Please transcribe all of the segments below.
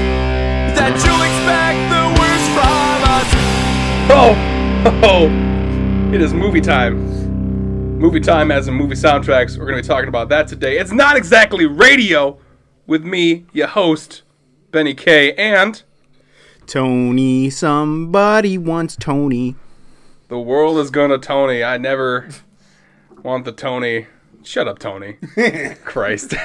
Oh, it is movie time. Movie time as in movie soundtracks. We're going to be talking about that today. It's not exactly radio with me, your host, Benny K, and Tony, somebody wants Tony. the world is going to Tony. I never want the Tony. Shut up, Tony. Christ.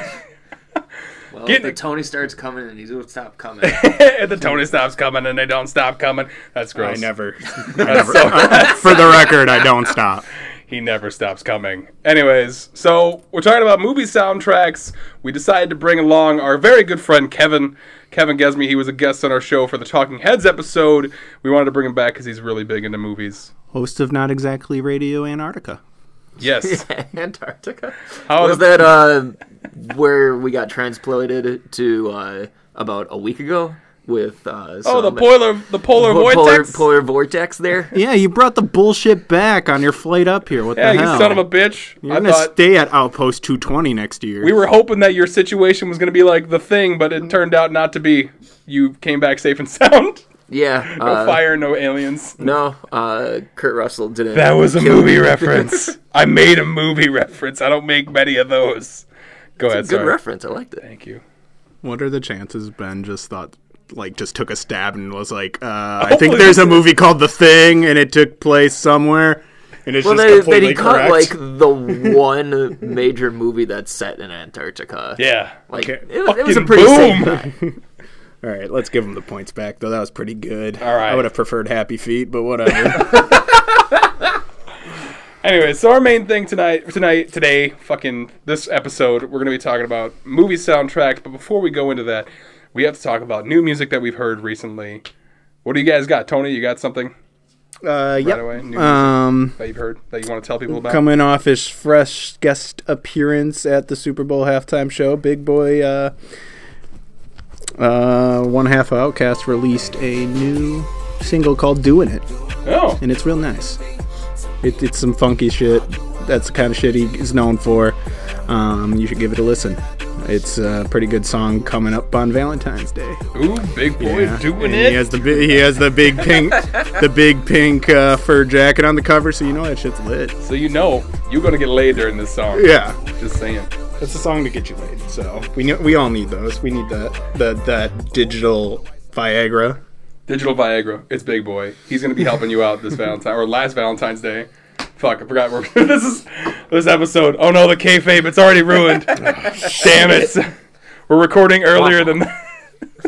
Well, Get if the it. Tony starts coming and he's will stop coming. the Tony stops coming and they don't stop coming. That's gross. I never. That's so- For the record, I don't stop. he never stops coming. Anyways, so we're talking about movie soundtracks. We decided to bring along our very good friend Kevin. Kevin Gesme, he was a guest on our show for the Talking Heads episode. We wanted to bring him back because he's really big into movies. Host of Not Exactly Radio Antarctica. Yes. Antarctica. How was that uh, where we got transplanted to uh, about a week ago with? Uh, Oh, some- the polar, the polar po- polar, vortex. polar vortex there. Yeah, you brought the bullshit back on your flight up here. What yeah, the you hell? son of a bitch. You're I gonna thought stay at Outpost 220 next year. we were hoping that your situation was going to be like the thing, but it turned out not to be. You came back safe and sound. Yeah. No uh, fire, no aliens. No, uh, Kurt Russell didn't. That was a movie reference. I made a movie reference. I don't make many of those. Go ahead. good sorry. reference. I liked it. Thank you. What are the chances Ben just thought, like, just took a stab and was like, uh, I think Oh, Hopefully there's a this is- movie called The Thing, and it took place somewhere, and it's Well, just they, completely they didn't cut correct. like the one major movie that's set in Antarctica. Yeah. Like Okay. it, was, it was a Fucking pretty safe boom. bet. All right, let's give him the points back, though. That was pretty good. All right. I would have preferred Happy Feet, but whatever. Uh, Anyway, so our main thing tonight, tonight, today, fucking this episode, we're gonna be talking about movie soundtracks. But before we go into that, we have to talk about new music that we've heard recently. What do you guys got, Tony? You got something uh, right yep. away? New music Um, that you've heard that you want to tell people about? coming off his fresh guest appearance at the Super Bowl halftime show, Big Boy, uh, uh, one half Outcast released a new single called "Doing It," oh, and it's real nice. It, it's some funky shit. That's the kind of shit he is known for. Um, you should give it a listen. It's a pretty good song coming up on Valentine's Day. ooh, big boy, Yeah, doing and it. He has the bi- he has the big pink the big pink uh, fur jacket on the cover, so you know that shit's lit. so you know you're gonna get laid during this song. Yeah, Just saying. it's a song to get you laid. So we kn- we all need those. We need that the that digital Viagra. Digital Viagra. It's Big Boy. He's gonna be helping you out this Valentine or last Valentine's Day. Fuck, I forgot. We're, this is this episode. Oh no, the kayfabe. It's already ruined. Oh, Damn it. We're recording earlier than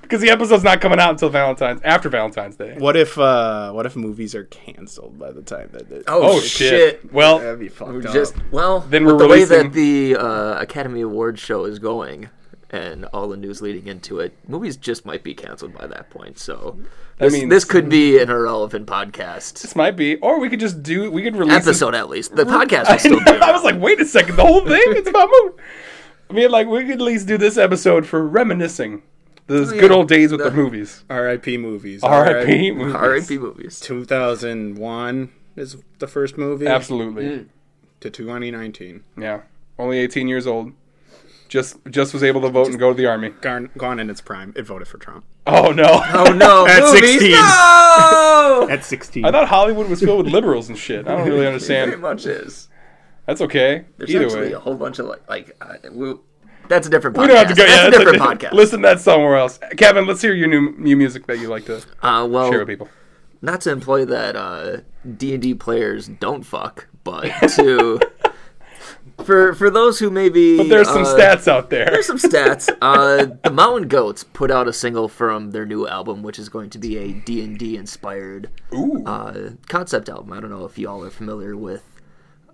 because the episode's not coming out until Valentine's after Valentine's Day. What if uh what if movies are canceled by the time that they, Oh shit. Well, that'd be fucked We're up. Just well, Uh, Then with we're the way that releasing- the uh, Academy Awards show is going, and all the news leading into it, movies just might be canceled by that point. So, this, means- this could be an irrelevant podcast this might be, or we could just do. We could release this- episode at least. The podcast I, will still know, be. I around. was like, wait a second, the whole thing it's about movie. I mean, like we could at least do this episode for reminiscing those Oh, yeah. good old days with the The- movies. R.I.P. movies. R.I.P. movies. R.I.P. movies. Two thousand one is the first movie. Absolutely. To 2019. Yeah. Only 18 years old. Just just was able to vote and go to the army. Gone, gone in its prime. It voted for Trump. Oh no. Oh no! At movies, 16. No! At 16. I thought Hollywood was filled with liberals and shit. I don't really Very understand. much is. That's okay. There's Either actually way. a whole bunch of like, like uh, we, that's a different podcast. We don't have to go. that's yeah, a that's different podcast. Listen to that somewhere else. Kevin, let's hear your new new music that you like to uh, well, share with people. not to employ that uh, D&D players don't fuck, but to for for those who maybe But there's some uh, stats out there. There's some stats. Uh, the Mountain Goats put out a single from their new album, which is going to be a D&D inspired Ooh. uh, concept album. I don't know if y'all are familiar with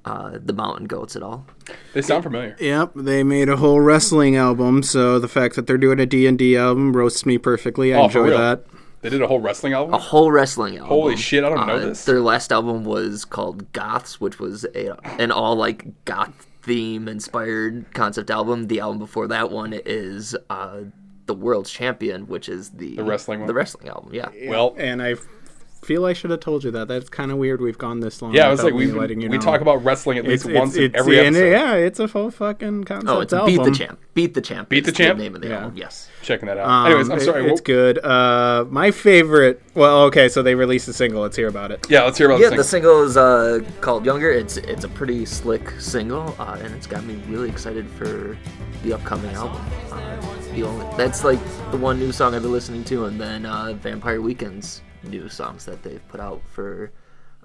uh, the Mountain Goats at all. They sound familiar. Yep, they made a whole wrestling album, so the fact that they're doing a D&D album roasts me perfectly. I Oh, for enjoy real? that. They did a whole wrestling album. A whole wrestling album. Holy shit, I don't know Uh, this. Their last album was called Goths, which was a, an all like goth theme inspired concept album. The album before that one is uh, the World's Champion, which is the, the wrestling one? The wrestling album, yeah. Well, And I feel I should have told you that. That's kind of weird. We've gone this long. Yeah, it's without like me we letting you we know. talk about wrestling at least it's, it's, once in it's- every and episode. yeah, it's a full fucking concept Oh, it's album. Beat the Champ. Beat the Champ. Beat the It's Champ? name of the Yeah. album. Yes. Checking that out. Um, Anyways, I'm it- sorry. it's wh- good. Uh, my favorite. Well, okay, so they released a single. Let's hear about it. Yeah, let's hear about Yeah, the the single. single is uh, called "Younger." It's it's a pretty slick single, uh, and it's got me really excited for the upcoming album. Uh, the only that's like the one new song I've been listening to, and then uh, Vampire Weekend's new songs that they've put out for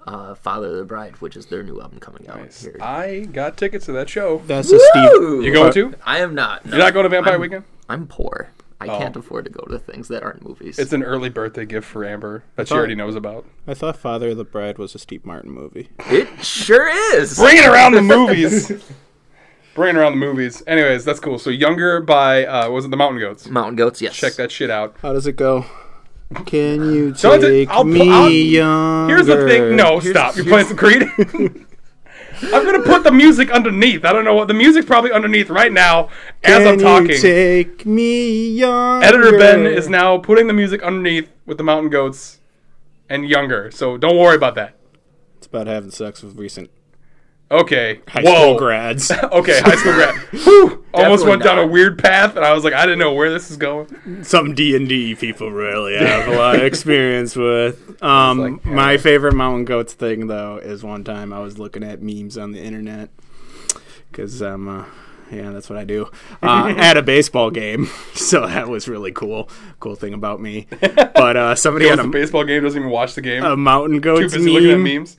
uh, "Father of the Bride," which is their new album coming out Nice. Uh, here. I got tickets to that show. That's a Steve. Woo! You going to? I am not. no. You're not going to Vampire I'm- Weekend? I'm poor. I Oh. can't afford to go to things that aren't movies. It's an early birthday gift for Amber that she thought- already knows about. I thought Father of the Bride was a Steve Martin movie. it sure is. Bringing around the movies. Bringing around the movies. Anyways, that's cool. So Younger by uh was it the Mountain Goats? Mountain Goats. Yes. Check that shit out. How does it go? Can you Don't- take I'll pu- me I'll- younger? Here's the thing. No, Here's- stop. You're playing some Creed. I'm gonna put the music underneath. I don't know what the music's probably underneath right now as Can I'm talking. You take me younger. Editor Ben is now putting the music underneath with the Mountain Goats and Younger. So don't worry about that. It's about having sex with recent Okay. high Whoa. school grads. Okay, high school grad. Whew, almost Definitely went down a not. weird path, and I was like, I didn't know where this is going. Some D and D people really have a lot of experience with. Um, It's like, yeah. my favorite mountain goats thing though is one time I was looking at memes on the internet because I'm. Uh, yeah, that's what I do. Uh, at a baseball game, so that was really cool. Cool thing about me, but uh, somebody Goes had to a, baseball game, doesn't even watch the game. a mountain Too goats busy looking at meme memes.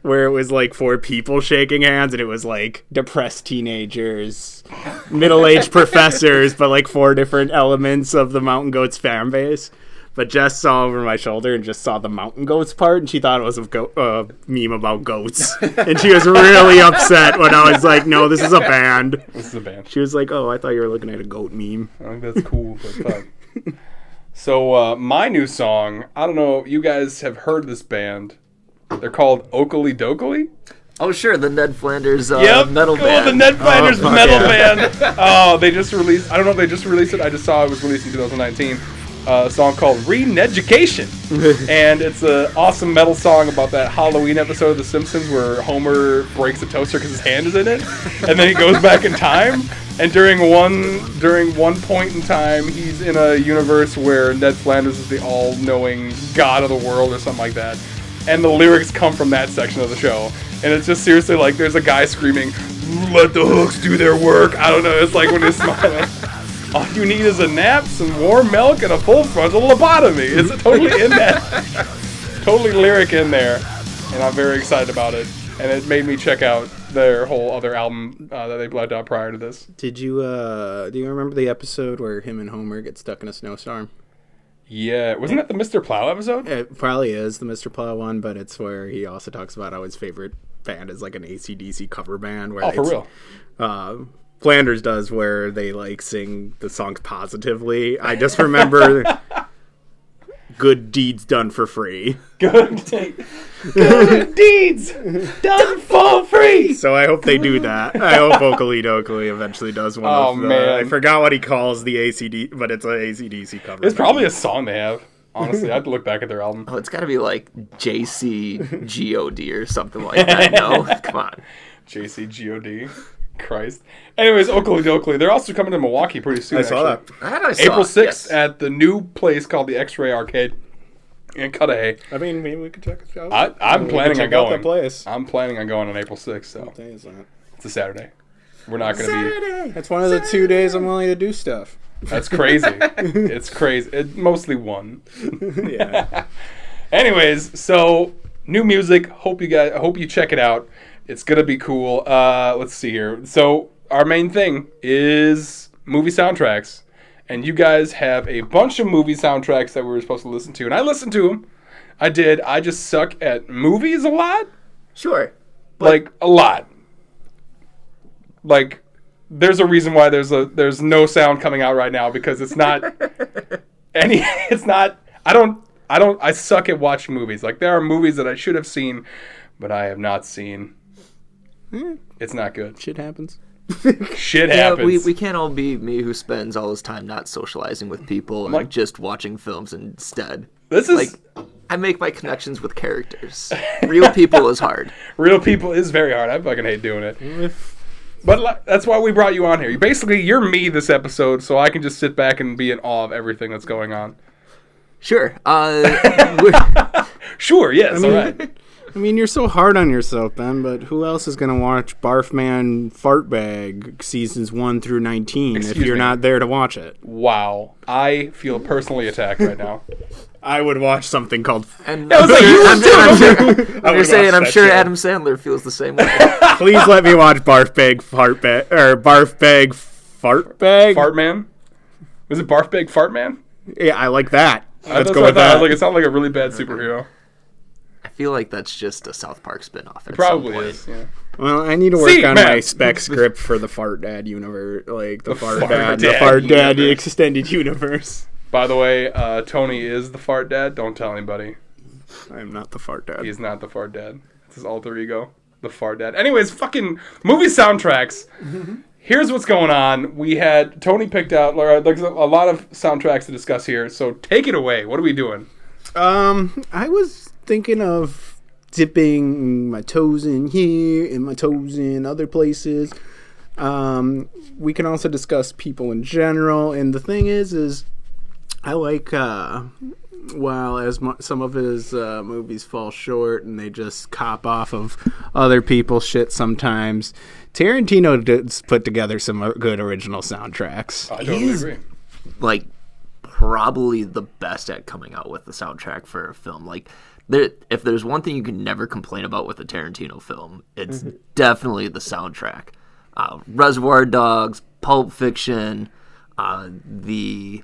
where it was like four people shaking hands and it was like depressed teenagers middle-aged professors but like four different elements of the mountain goats fan base but Jess saw over my shoulder and just saw the mountain goats part, and she thought it was a go- uh, meme about goats. and she was really upset when I was like, "No, this is a band." This is a band. She was like, "Oh, I thought you were looking at a goat meme." I think that's cool, but fuck. So uh, my new song, I don't know, you guys have heard this band. They're called Oakley Dokley. Oh sure, the Ned Flanders uh, Yep. metal oh, band. the Ned Flanders fuck metal yeah. band. Oh, they just released. I don't know if they just released it. I just saw it was released in 2019. Uh, a song called Reneducation, and it's an awesome metal song about that Halloween episode of The Simpsons where Homer breaks a toaster because his hand is in it, and then he goes back in time. And during one during one point in time, he's in a universe where Ned Flanders is the all-knowing god of the world or something like that and the lyrics come from that section of the show. And it's just seriously like there's a guy screaming, "Let the hooks do their work." I don't know. It's like when he's smiling. All you need is a nap, some warm milk, and a full frontal lobotomy. It's totally in that, totally lyric in there, and I'm very excited about it. And it made me check out their whole other album uh, that they blacked out prior to this. Did you uh, do you remember the episode where him and Homer get stuck in a snowstorm? Yeah, wasn't that the Mr. Plow episode? It probably is the Mr. Plow one, but it's where he also talks about how his favorite band is like an ACDC cover band. Where Oh, for it's- real. Uh, Flanders does where they like sing the songs positively. I just remember good deeds done for free. Good, good deeds done for free. So I hope they do that. I hope Vocally Oakley eventually does one. Oh, of the, man. I forgot what he calls the ACD, but it's an ACDC cover. It's band. probably a song they have. Honestly, I have to look back at their album. Oh, it's got to be like JCGOD or something like that. No, come on. JCGOD. Christ. Anyways, Oakley Dokley. They're also coming to Milwaukee pretty soon. I saw that. actually. That I saw. April 6th yes. at the new place called the X Ray Arcade in Cudahy. I mean, maybe we could check it out. I, I'm We could planning on check out going. that place. I'm planning on going on April 6th, so What day is that? it's a Saturday. We're not going to be. Saturday. That's one of the two days I'm willing to do stuff. That's crazy. it's crazy. It, mostly one. yeah. Anyways, so new music. Hope you guys. I Hope you check it out. It's gonna be cool. Uh, let's see here. So our main thing is movie soundtracks, and you guys have a bunch of movie soundtracks that we were supposed to listen to, and I listened to them. I did. I just suck at movies a lot, Sure. like a lot. Like, there's a reason why there's a there's no sound coming out right now because it's not any it's not i don't i don't i suck at watching movies like there are movies that i should have seen but i have not seen it's not good Shit happens. shit Yeah, happens we, we can't all be me who spends all his time not socializing with people and like- just watching films instead. This is Like, I make my connections with characters. Real people is hard. real people is very hard. I fucking hate doing it. But li- that's why we brought you on here. You basically you're me this episode, so I can just sit back and be in awe of everything that's going on. Sure. Uh, we're- Sure, yes, all mean- right. I mean, you're so hard on yourself, Ben, but who else is going to watch Barfman Fartbag seasons 1 through 19 if Excuse you're me. not there to watch it? Wow, I feel personally attacked right now. I would watch something called and I was like, you I'm, would too. I'm sure, I I'm would just saying, watch I'm that sure show. Adam Sandler feels the same way. Please let me watch Barfbag Fartbag or Barfbag Fartbag. Fart man, was it barf big fart man? yeah, I like that. Let's That's go what I with thought. I that. was like, it sounds like a really bad superhero. I feel like that's just a South Park spinoff. At Probably some point. is. Yeah. well, I need to work See, on Matt. my spec script for the Fart Dad universe, like the, Fart, Fart Dad, the Dad Fart Dad universe. extended universe. By the way, uh, Tony is the fart dad. Don't tell anybody. I'm not the Fart Dad. He's not the fart dad. It's his alter ego, the fart dad. Anyways, fucking movie soundtracks. Here's what's going on. We had Tony picked out. Laura, there's a a lot of soundtracks to discuss here. So take it away. What are we doing? Um, I was thinking of dipping my toes in here and my toes in other places. Um, we can also discuss people in general, and the thing is, is I like uh, while as mu- some of his uh, movies fall short and they just cop off of other people's shit sometimes. Tarantino does put together some uh, good original soundtracks. I totally He's- agree. like probably the best at coming out with the soundtrack for a film. Like there if there's one thing you can never complain about with a Tarantino film, it's definitely the soundtrack. Uh, Reservoir Dogs, Pulp Fiction, uh, the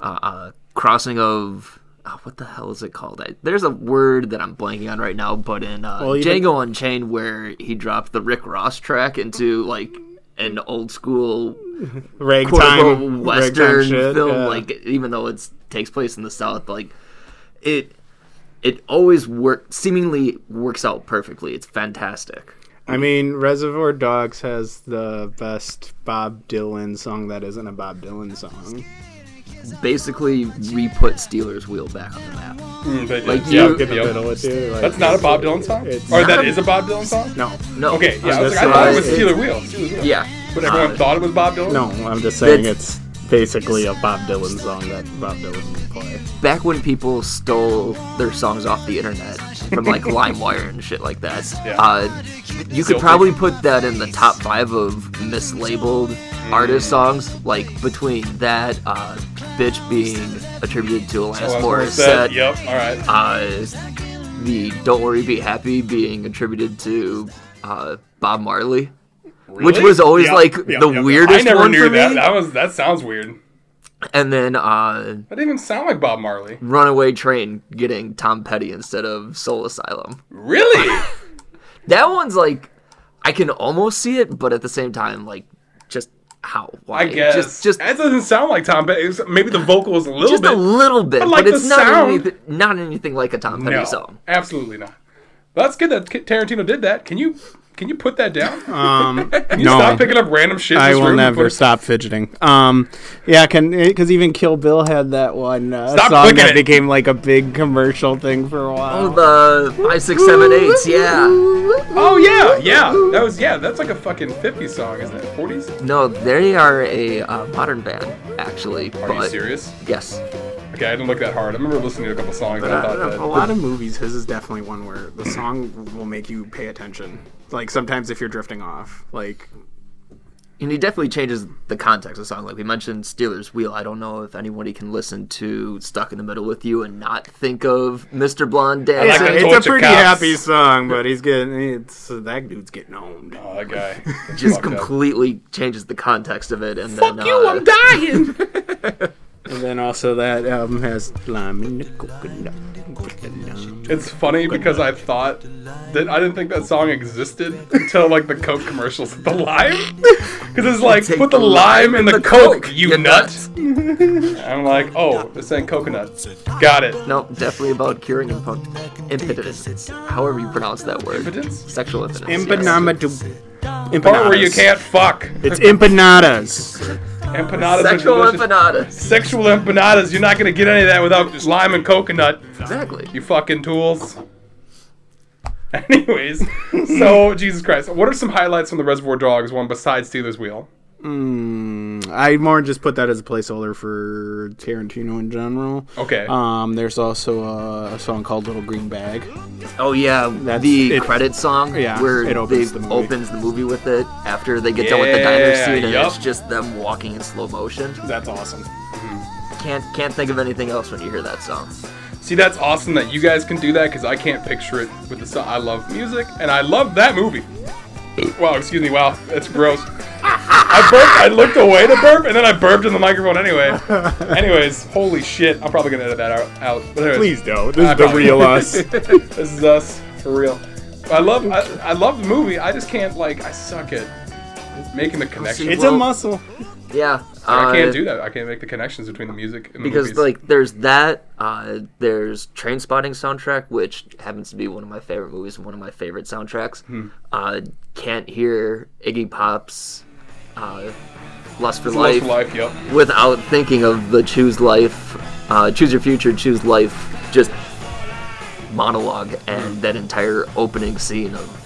uh, uh, crossing of oh, what the hell is it called? I, there's a word that I'm blanking on right now, but in uh, you Django Unchained, where he dropped the Rick Ross track into like an old school Ragtime, quote unquote ragtime western shit, film, yeah. like even though it takes place in the south, like it it always work seemingly works out perfectly. It's fantastic. I mean, Reservoir Dogs has the best Bob Dylan song that isn't a Bob Dylan song. Basically, re put Steelers wheel back on the map. Mm, they did. Like yeah, you- yep, In the yep. middle of it, like- That's not a Bob Dylan song, It's- or that is a Bob Dylan song. No, No, Okay, yeah, I'm I was just like, I thought saying it was it- Steeler Wheel. Steeler Wheel. yeah, But everyone Uh, thought it was Bob Dylan? Oh, no. I'm just saying That's- it's basically a Bob Dylan song that Bob Dylan would play. back when people stole their songs off the internet from like LimeWire and shit like that, Yeah. uh, you could Silky. probably put that in the top five of mislabeled artist songs. Like between that, uh, "Bitch" being attributed to Oh, Alanis that's Morissette, Morissette. Yep, alright. uh, the "Don't Worry, Be Happy" being attributed to uh, Bob Marley, which Really? was always Yeah, like yeah, the yeah. I weirdest never one knew for that. me. That was that sounds weird. And then uh, That didn't even sound like Bob Marley. "Runaway Train" getting Tom Petty instead of Soul Asylum. Really? That one's like I can almost see it, but at the same time, like just how why? I guess. just just that doesn't sound like Tom Petty. It's- Maybe the vocal was a little just bit. a little bit, I but, like the it's not sound. anything not anything like a Tom Petty no, song. absolutely not. That's good that Tarantino did that. Can you can you put that down? Um, Can you no, stop picking up random shit? in I this will room and never put- stop fidgeting. Um, yeah, can because even Kill Bill had that one uh, Stop song clicking that it. became like a big commercial thing for a while. Oh, the five, six, seven, eights, yeah. Oh yeah, yeah. That was yeah. That's like a fucking 50s song, isn't it? 40s? No, they are a uh, modern band actually. Are but you serious? Yes, Okay, I didn't look that hard. I remember listening to a couple songs and I Uh, thought that. a lot of movies, his is definitely one where the song will make you pay attention. Like sometimes if you're drifting off, like and he definitely changes the context of the song. Like we mentioned, Steelers Wheel. I don't know if anybody can listen to "Stuck in the Middle with You" and not think of Mr. Blonde Dancer. it's, like I a, told it's a you, pretty cops. happy song, but he's getting it's that dude's getting owned. Oh, that guy. That's just fucked up. completely changes the context of it, and then uh, dying. And then also that album has lime in the coconut. coconut. It's funny because I thought that I didn't think that song existed until like the Coke commercials at the lime. Because it's like Take put the the lime lime in and the, the Coke, Coke, you you nut. I'm like, oh, it's saying coconut. Got it. No, definitely about curing impo- impotence. However you pronounce that word. Impotence? Sexual impotence. yes. Empanada. Part where you Empanadas. can't fuck. It's empanadas. empanadas. are Sexual delicious. empanadas. Sexual empanadas. You're not gonna get any of that without lime and coconut. Exactly. You fucking tools. Anyways, so Jesus Christ, what are some highlights from the Reservoir Dogs one besides Steelers Wheel? I more just put that as a placeholder for Tarantino in general. Okay. Um, there's also a, a song called Little Green Bag. Oh yeah, That's- the it- credit song yeah, where it opens they the movie. opens the movie with it after they get done with the diner Yeah, scene and yup. it's just them walking in slow motion. That's awesome. Can't can't think of anything else when you hear that song. See, that's awesome that you guys can do that because I can't picture it with the song. I love music and I love that movie. Wow, excuse me. Wow, that's gross. I burped. I looked away to burp, and then I burped in the microphone anyway. Anyways, holy shit! I'm probably gonna edit that out. out. But anyways, Please don't. This I is the probably- real us. this is us for real. I love. I, I love the movie. I just can't like. I suck at making the connections. it's a Well, muscle. Yeah, I uh, can't do that. I can't make the connections between the music and the because movies. like there's that. Uh, there's Train Spotting soundtrack, which happens to be one of my favorite movies and one of my favorite soundtracks. Uh, can't hear Iggy Pop's uh, Lust for Love Life. for life. Yep. without thinking of the choose life, uh, choose your future, choose life, just monologue and that entire opening scene of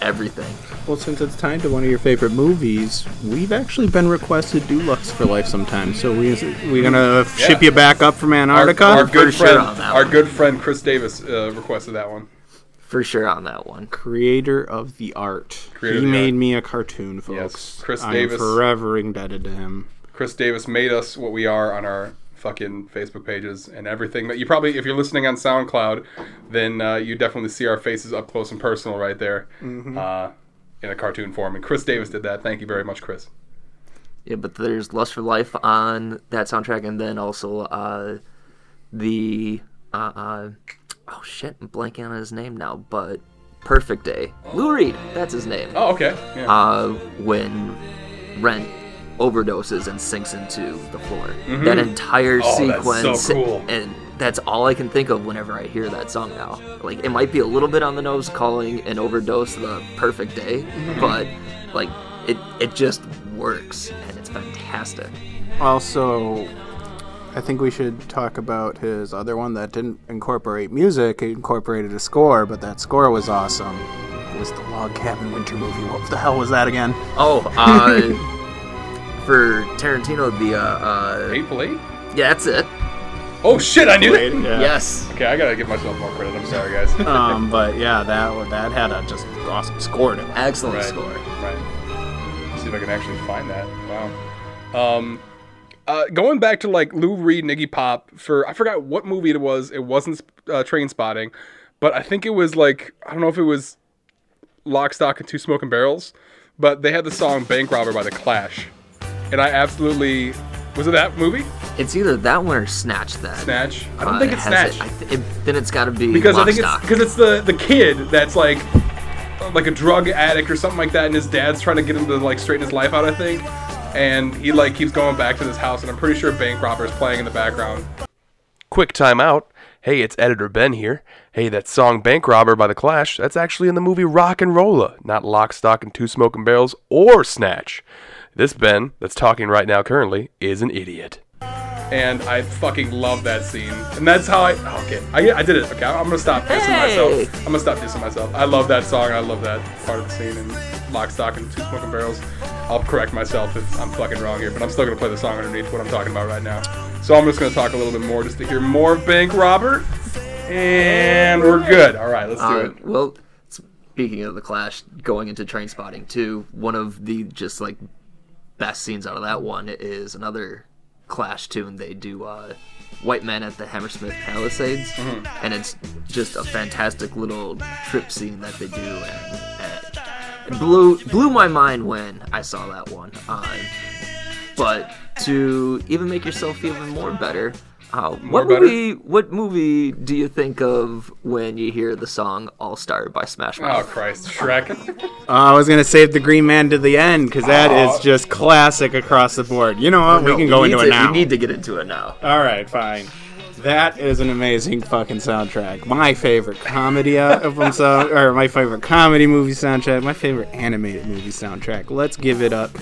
everything. Well, since it's tied to one of your favorite movies, we've actually been requested to do Lux for Life sometime. So we we're gonna ship you back up from Antarctica. Mm, Our pretty good sure friend, on that our one. good friend Chris Davis uh, requested that one. For sure on that one. creator of the art. Creator he of the made art. me a cartoon, folks. Yes, Chris I'm Davis. forever indebted to him. Chris Davis made us what we are on our fucking Facebook pages and everything. That you probably, if you're listening on SoundCloud, then uh, you definitely see our faces up close and personal right there, Mm-hmm. uh, in a cartoon form. And Chris Davis did that. Thank you very much, Chris. Yeah, but there's Lust for Life on that soundtrack, and then also uh, the uh, uh, oh shit, I'm blanking on his name now, but Perfect Day, Lou Reed, that's his name. Oh, okay. Yeah. uh, when Rent overdoses and sinks into the floor. That entire Oh, that's sequence, so cool. and that's all I can think of whenever I hear that song now. Like it might be a little bit on the nose calling an overdose the perfect day, but like it it just works and it's fantastic. Also, I think we should talk about his other one that didn't incorporate music. It incorporated a score, but that score was awesome. It was the Log Cabin Winter movie. What the hell was that again? Oh, uh, for Tarantino, the uh, Hateful Eight? uh yeah, that's it. Oh shit! I knew it. Yes. Okay, I gotta give myself more credit. I'm sorry, guys. um, but yeah, that that had a just awesome score to it. Excellent Right. score. Right. Let's see if I can actually find that. Wow. Um, uh, going back to like Lou Reed, and Iggy Pop for I forgot what movie it was. It wasn't uh, Train Spotting, but I think it was like I don't know if it was Lock, Stock, and Two Smoking Barrels, but they had the song "Bank Robber" by the Clash, and I absolutely was it that movie It's either that one or Snatch That. Snatch. I don't Uh, think it it's Snatch has It, I th- it, then it's got to be because I think it's Lockstock. because it's the the kid that's like like a drug addict or something like that, and his dad's trying to get him to like straighten his life out, I think. And he like keeps going back to this house, and I'm pretty sure Bank Robber's playing in the background. Quick time out. Hey, it's editor Ben here. Hey, that song Bank Robber by The Clash, that's actually in the movie Rock and Rolla, not Lock, Stock, and Two Smoking Barrels or Snatch. This Ben that's talking right now currently is an idiot. And I fucking love that scene. And that's how I. Okay, I, I did it. Okay, I'm gonna stop dissing Hey! myself. I'm gonna stop dissing myself. I love that song. I love that part of the scene in Lock, Stock, and Two Smoking Barrels. I'll correct myself if I'm fucking wrong here, but I'm still gonna play the song underneath what I'm talking about right now. So I'm just gonna talk a little bit more just to hear more of Bank Robber. And we're good. All right, let's do Uh, it. well, speaking of the Clash, going into Train Spotting too, one of the just like best scenes out of that one is another Clash tune they do. Uh, White Men at the Hammersmith Palisades, Mm-hmm. and it's just a fantastic little trip scene that they do. And, and it blew blew my mind when I saw that one. Uh, but to even make yourself feel even more better. Uh, what better? movie? What movie do you think of when you hear the song "All Star" by Smash Oh Mouth? Christ, Shrek. Uh, I was gonna save the Green Man to the end because that is Aw. just classic across the board. You know what? Oh, we No, can go need into to- it now. We need to get into it now. All right, fine. That is an amazing fucking soundtrack. My favorite comedy out of them, so, or my favorite comedy movie soundtrack. My favorite animated movie soundtrack. Let's give it up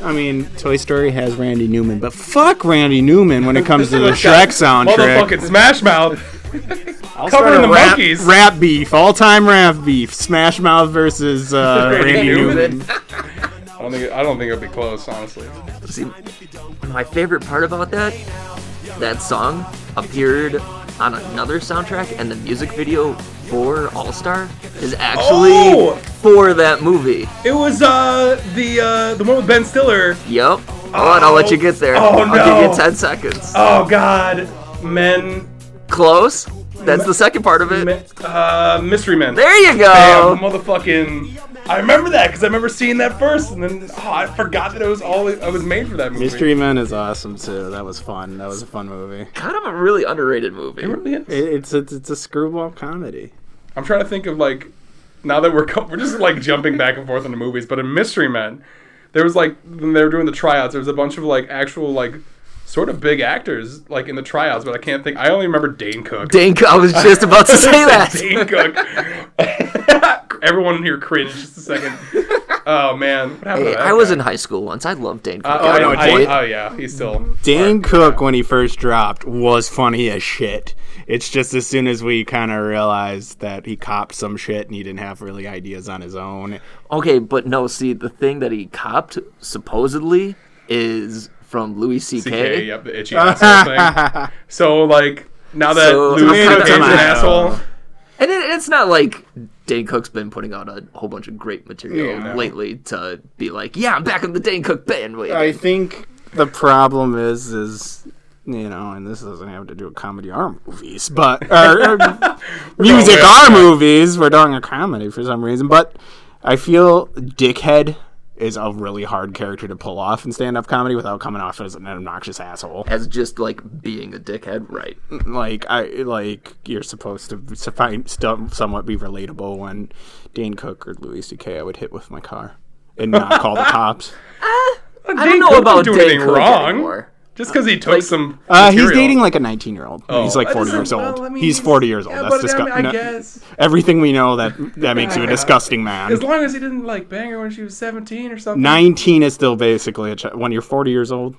I mean, Toy Story has Randy Newman, but fuck Randy Newman when it comes to the This guy- Shrek soundtrack. Motherfucking Smash Mouth. I'll start covering a the rap, monkeys. Rap beef, all time rap beef. Smash Mouth versus uh, Randy Randy Newman. Newman. I don't think I don't think it'll be close, honestly. See, my favorite part about that, that song appeared on another soundtrack, and the music video for All Star is actually Oh! for that movie. It was uh the uh the one with Ben Stiller. Yep. Oh, and I'll let you get there. Oh, I'll give no. you 10 seconds. Oh God, men, Close. That's the second part of it. men uh, mystery men. There you go. Damn, motherfucking! I remember that because I remember seeing that first, and then oh, I forgot that it was all I was made for that movie. Mystery Men is awesome too. That was fun. That was a fun movie. Kind of a really underrated movie. It really is. It, it's, it's it's a screwball comedy. I'm trying to think of like now that we're co- we're just like jumping back and forth into movies, but in Mystery Men, there was like when they were doing the tryouts, there was a bunch of like actual like sort of big actors like in the tryouts, but I can't think. I only remember Dane Cook. Dink, I was just about to say that. Dane Cook. Everyone in here cringe just a second. Oh man, what happened? Hey, to that I was guy? in high school once. I loved Dane Cook. Uh, I oh, no, don't I- play it. oh yeah, he's Mm-hmm. still. Dan Cook, when he first dropped, was funny as shit. It's just as soon as we kind of realized that he copped some shit and he didn't have really ideas on his own. Okay, but no, see, the thing that he copped supposedly is from Louis TK, C.K. yep, the itchy asshole thing. So like now that So- Louis C.K. Tomato, is an tomato. asshole, And it, it's not like Dane Cook's been putting out a whole bunch of great material Yeah, no. lately to be like, yeah, I'm back on the Dane Cook bandwagon. I think the problem is, is you know, and this doesn't have to do with comedy or movies, but or, or music way off or track. movies. We're doing a comedy for some reason, but I feel Dickhead is a really hard character to pull off in stand-up comedy without coming off as an obnoxious asshole. As just like being a dickhead, right? like I like you're supposed to s- find st- somewhat be relatable when Dane Cook or Louis C.K. I would hit with my car and not call the cops. I don't know Cook about didn't do Dane anything Cook wrong. anymore. just because he took like- some. Uh, he's material. Oh. dating like a 19 year old. he's like that 40 years doesn't- old. well, I mean, he's he's- 40 years old. yeah, That's but I mean, disgusting. I guess. Everything we know that that makes you a disgusting man. As long as he didn't like bang her when she was seventeen or something. 19 is still basically a ch- when you're 40 years old.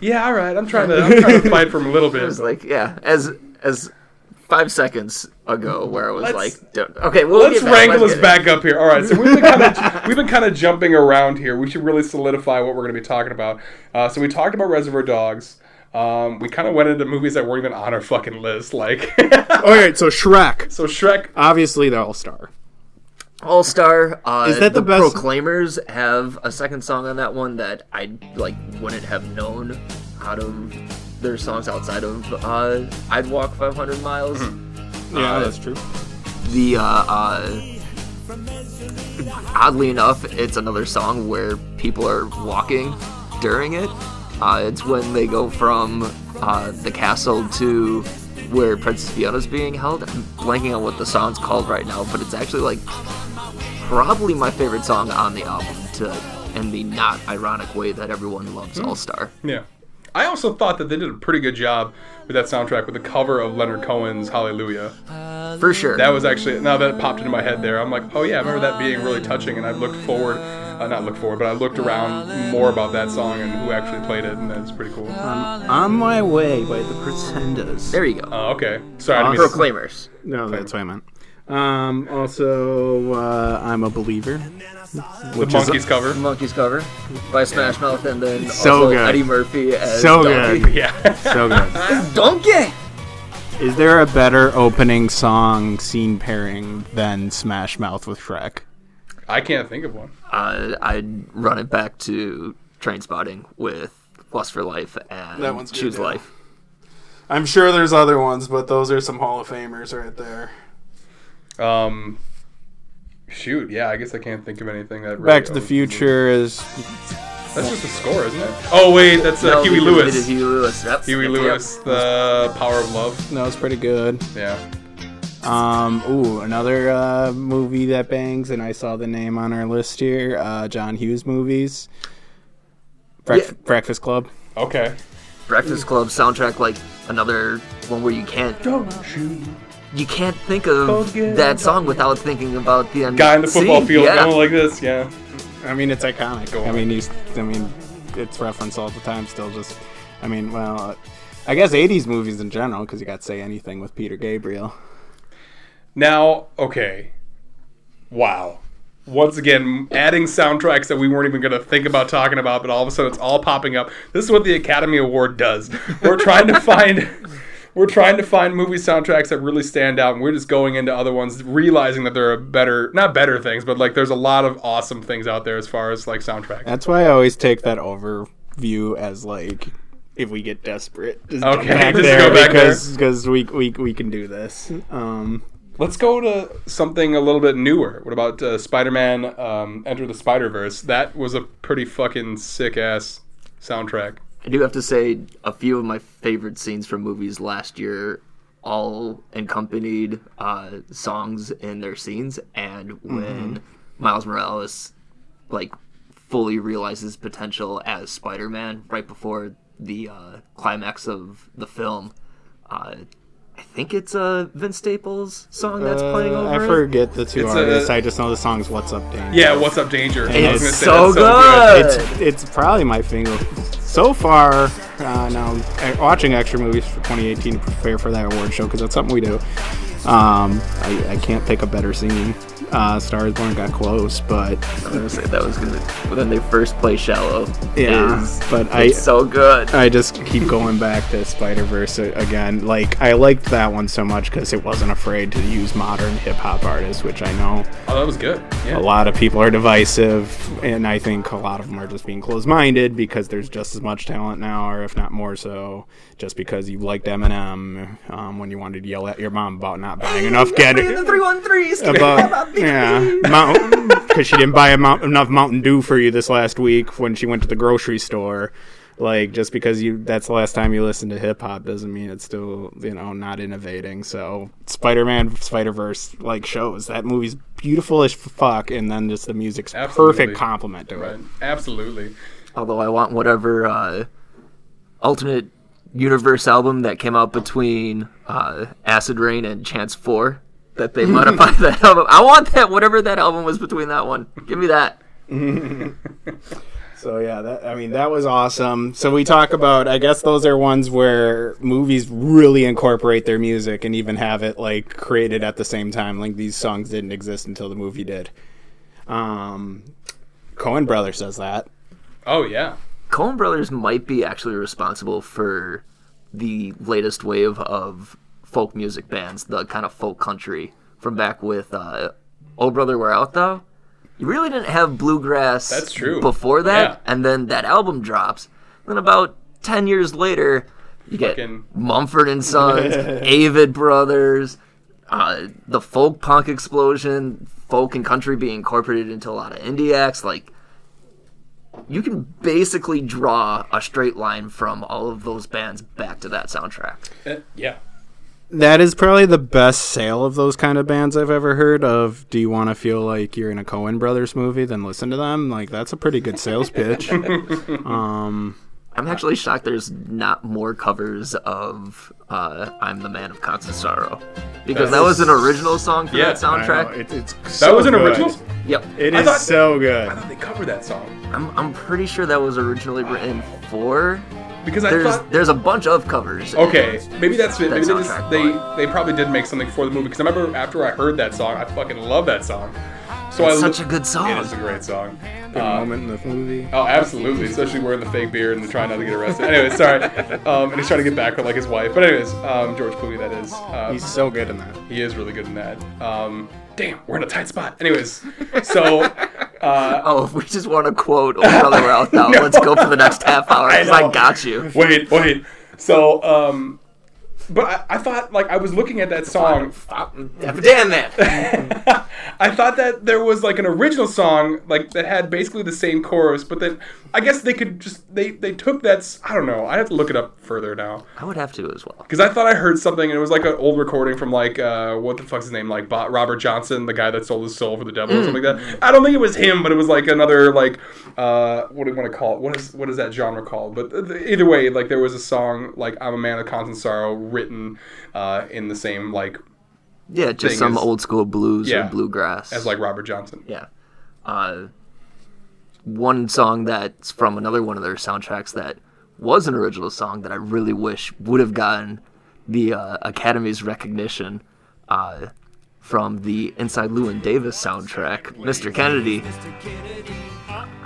Yeah, all right. I'm trying to. I'm trying to fight from a little bit. It was like, yeah, as as five seconds ago, where I was Let's- like, don't- okay, well, Let's wrangle us back up here. All right, so we've been kind of we've been kind of jumping around here. We should really solidify what we're going to be talking about. Uh, so we talked about Reservoir Dogs. Um, we kind of went into movies that weren't even on our fucking list. Like, All right, so Shrek, so Shrek. obviously the all star. All Star. Uh, Is that the best- Proclaimers have a second song on that one that I like wouldn't have known out of their songs outside of uh, I'd Walk 500 Miles. Yeah, Uh, that's true. The uh, uh, oddly enough, it's another song where people are walking during it. Uh, it's when they go from uh, the castle to where Princess Fiona's being held. I'm blanking on what the song's called right now, but it's actually like probably my favorite song on the album to in the not ironic way that everyone loves All Star. Yeah, I also thought that they did a pretty good job with that soundtrack with the cover of Leonard Cohen's Hallelujah. For sure. That was actually now that popped into my head there. I'm like, oh yeah, I remember that being really touching, and I looked forward, uh, not looked forward, but I looked around more about that song and who actually played it, and that's pretty cool. Oh, On My Way by the Pretenders. there you go. okay, sorry. I didn't mean to- Proclaimers. No, that's what I meant. Um, also, uh, I'm a believer, which is Monkeys cover. Monkeys cover by Smash Mouth and then So also good. Eddie Murphy as so Donkey. good, Yeah. so good. Donkey! Is there a better opening song scene pairing than Smash Mouth with Shrek? I can't think of one. uh, I'd run it back to train spotting with Lust for Life and That one's good, Choose yeah. Life. I'm sure there's other ones, but those are some Hall of Famers right there. Um, shoot, yeah, I guess I can't think of anything that. Really Back to the owns- Future is That's just a score, isn't it? Oh wait, that's uh, No, Huey Lewis. because we did Huey Lewis. Yep. Huey Yep, Lewis, yep. the Power of Love. that was pretty good. Yeah. Um, ooh, another uh, movie that bangs, and I saw the name on our list here. Uh, John Hughes movies, Breakf- Yeah. Breakfast Club. Okay. Breakfast Club soundtrack, like another one where you can't you can't think of Forget that song without thinking about the end. Guy in the football scene. field Yeah. going like this. Yeah. I mean, it's iconic. Go I on. mean, you, s- I mean, it's referenced all the time. Still, just, I mean, well, uh, I guess '80s movies in general, because you got "Say Anything" with Peter Gabriel. Now, okay. Wow. Once again, adding soundtracks that we weren't even going to think about talking about, but all of a sudden it's all popping up. This is what the Academy Award does. We're trying to find. We're trying to find movie soundtracks that really stand out, and we're just going into other ones, realizing that there are better, not better things, but like there's a lot of awesome things out there as far as like soundtracks. That's why I always take that overview as like, if we get desperate, just jump Okay, back just there go back because because we, we we can do this. Um, Let's go to something a little bit newer. What about uh, Spider-Man: um, Enter the Spider-Verse? That was a pretty fucking sick ass soundtrack. I do have to say a few of my favorite scenes from movies last year all accompanied uh, songs in their scenes, and Mm-hmm. when Miles Morales like fully realizes his potential as Spider-Man right before the uh, climax of the film, uh, I think it's uh, Vince Staples' song that's playing uh, over. I it. forget the two It's a- artists. I just know the songs "What's Up, Dan." Yeah, what's up, Danger? I It's was gonna say, so that's good. it's it's probably my favorite so far. Uh, now uh, watching extra movies for 2018 to prepare for that award show because that's something we do. Um, I, I can't pick a better scene. Uh, Stars Born got close, but I was gonna say that was gonna when they first play "Shallow." yeah, is- but I it's so good. I just keep going back to Spider Verse again. Like I liked that one so much because it wasn't afraid to use modern hip hop artists, which I know Oh, that was good. a Yeah. lot of people are divisive and i think a lot of them are just being closed-minded because there's just as much talent now or if not more so just because you liked eminem um, when you wanted to yell at your mom about not buying enough get three one threes. about yeah mountain because she didn't buy a mount, enough mountain dew for you this last week when she went to the grocery store like just because you that's the last time you listen to hip hop doesn't mean it's still you know not innovating so spider-man spider-verse like shows that movie's beautiful as fuck and then just the music's Absolutely. perfect complement to Right. it Absolutely. Although I want whatever uh, alternate universe album that came out between uh, Acid Rain and Chance Four that they modified that album. I want that whatever that album was between that one. Give me that. So yeah, that I mean that was awesome. So we talk about I guess those are ones where movies really incorporate their music and even have it like created at the same time. Like these songs didn't exist until the movie did. Um Cohen brother says that. Oh yeah. Coen Brothers might be actually responsible for the latest wave of folk music bands, the kind of folk country from back with uh, "Oh Brother Where Art Thou." You really didn't have bluegrass That's true. before that, Yeah. and then that album drops. Then about ten years later, you get Fucking- Mumford and Sons, Avid Brothers, uh, the folk punk explosion, folk and country being incorporated into a lot of indie acts. Like you can basically draw a straight line from all of those bands back to that soundtrack. Eh, Yeah. That is probably the best sale of those kind of bands I've ever heard of. Do you want to feel like you're in a Cohen brothers movie then listen to them? Like that's a pretty good sales pitch. um I'm actually shocked there's not more covers of uh, "I'm the Man of Constant Sorrow" because that was an original song for Yeah, that I know, soundtrack. it- it's That was an original. Yep, It I is thought- so I good. thought they covered that song I'm I'm pretty sure that was originally written for. because I There's thought. there's a bunch of covers. Okay, maybe that's it. Maybe That they, just, soundtrack, they but- they probably did make something for the movie because I remember after I heard that song, I fucking love that song. So I It's lo- such a good song. It is a great song. Uh, moment in the movie. Oh, absolutely. Especially wearing the fake beard and trying not to get arrested. Anyways, sorry. Um, and he's trying to get back with like his wife. But anyways, um, George Clooney, that is. Um, He's so good in that. he is really good in that. Um, damn, we're in a tight spot. Anyways, so uh, Oh, if we just want to quote "Oh Brother Where Art Thou," let's go for the next half hour. 'cause know. I got you. wait, wait. So, um, but I, I thought like I was looking at that song. Damn it! I thought that there was like an original song like that had basically the same chorus, but then I guess they could just they they took that. s- I don't know. I have to look it up further now. I would have to as well. Because I thought I heard something, and it was like an old recording from like uh, what the fuck's his name, like Bo- Robert Johnson, the guy that sold his soul for the devil or something like that. I don't think it was him, but it was like another like uh, what do you want to call it? What is what is that genre called? But th- th- either way, like there was a song like "I'm a Man of Constant Sorrow" written uh, in the same like Yeah, just thing some is- old school blues Yeah. or bluegrass. as like Robert Johnson. yeah, uh, one song that's from another one of their soundtracks that was an original song that I really wish would have gotten the uh, Academy's recognition uh, from the Inside Llewyn Davis soundtrack, Mr. Kennedy.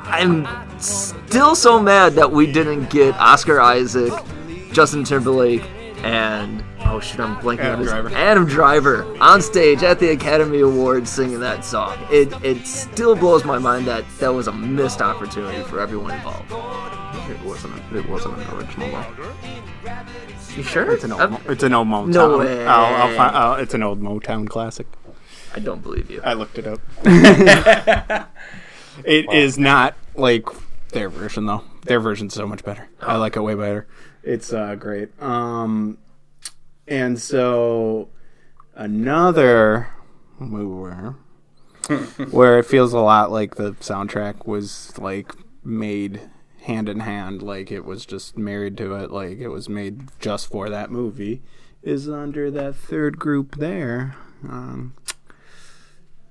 I'm still so mad that we didn't get Oscar Isaac, Justin Timberlake, and oh shoot, I'm blanking Adam on his Driver. Adam Driver on stage at the Academy Awards singing that song. It it still blows my mind that that was a missed opportunity for everyone involved. It wasn't. A, it wasn't an original. Though. You sure? It's an I'm- old. It's an old Motown. No way. I'll, I'll find, I'll, it's an old Motown classic. I don't believe you. I looked it up. It is not like their version though. Their version's so much better. I like it way better. It's uh, great. Um, and so another we were where it feels a lot like the soundtrack was like made hand in hand, like it was just married to it, like it was made just for that movie. Is under that third group there. Um,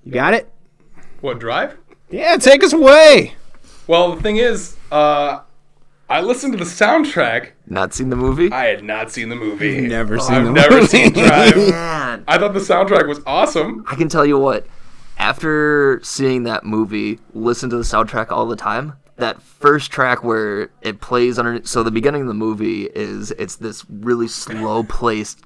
you got it. What drive? Yeah, take us away. Well, the thing is, uh, I listened to the soundtrack. Not seen the movie? I had not seen the movie. Never seen I've the never movie. seen Drive. Man, I thought the soundtrack was awesome. I can tell you what. After seeing that movie, listen to the soundtrack all the time. That first track where it plays under so the beginning of the movie is it's this really slow placed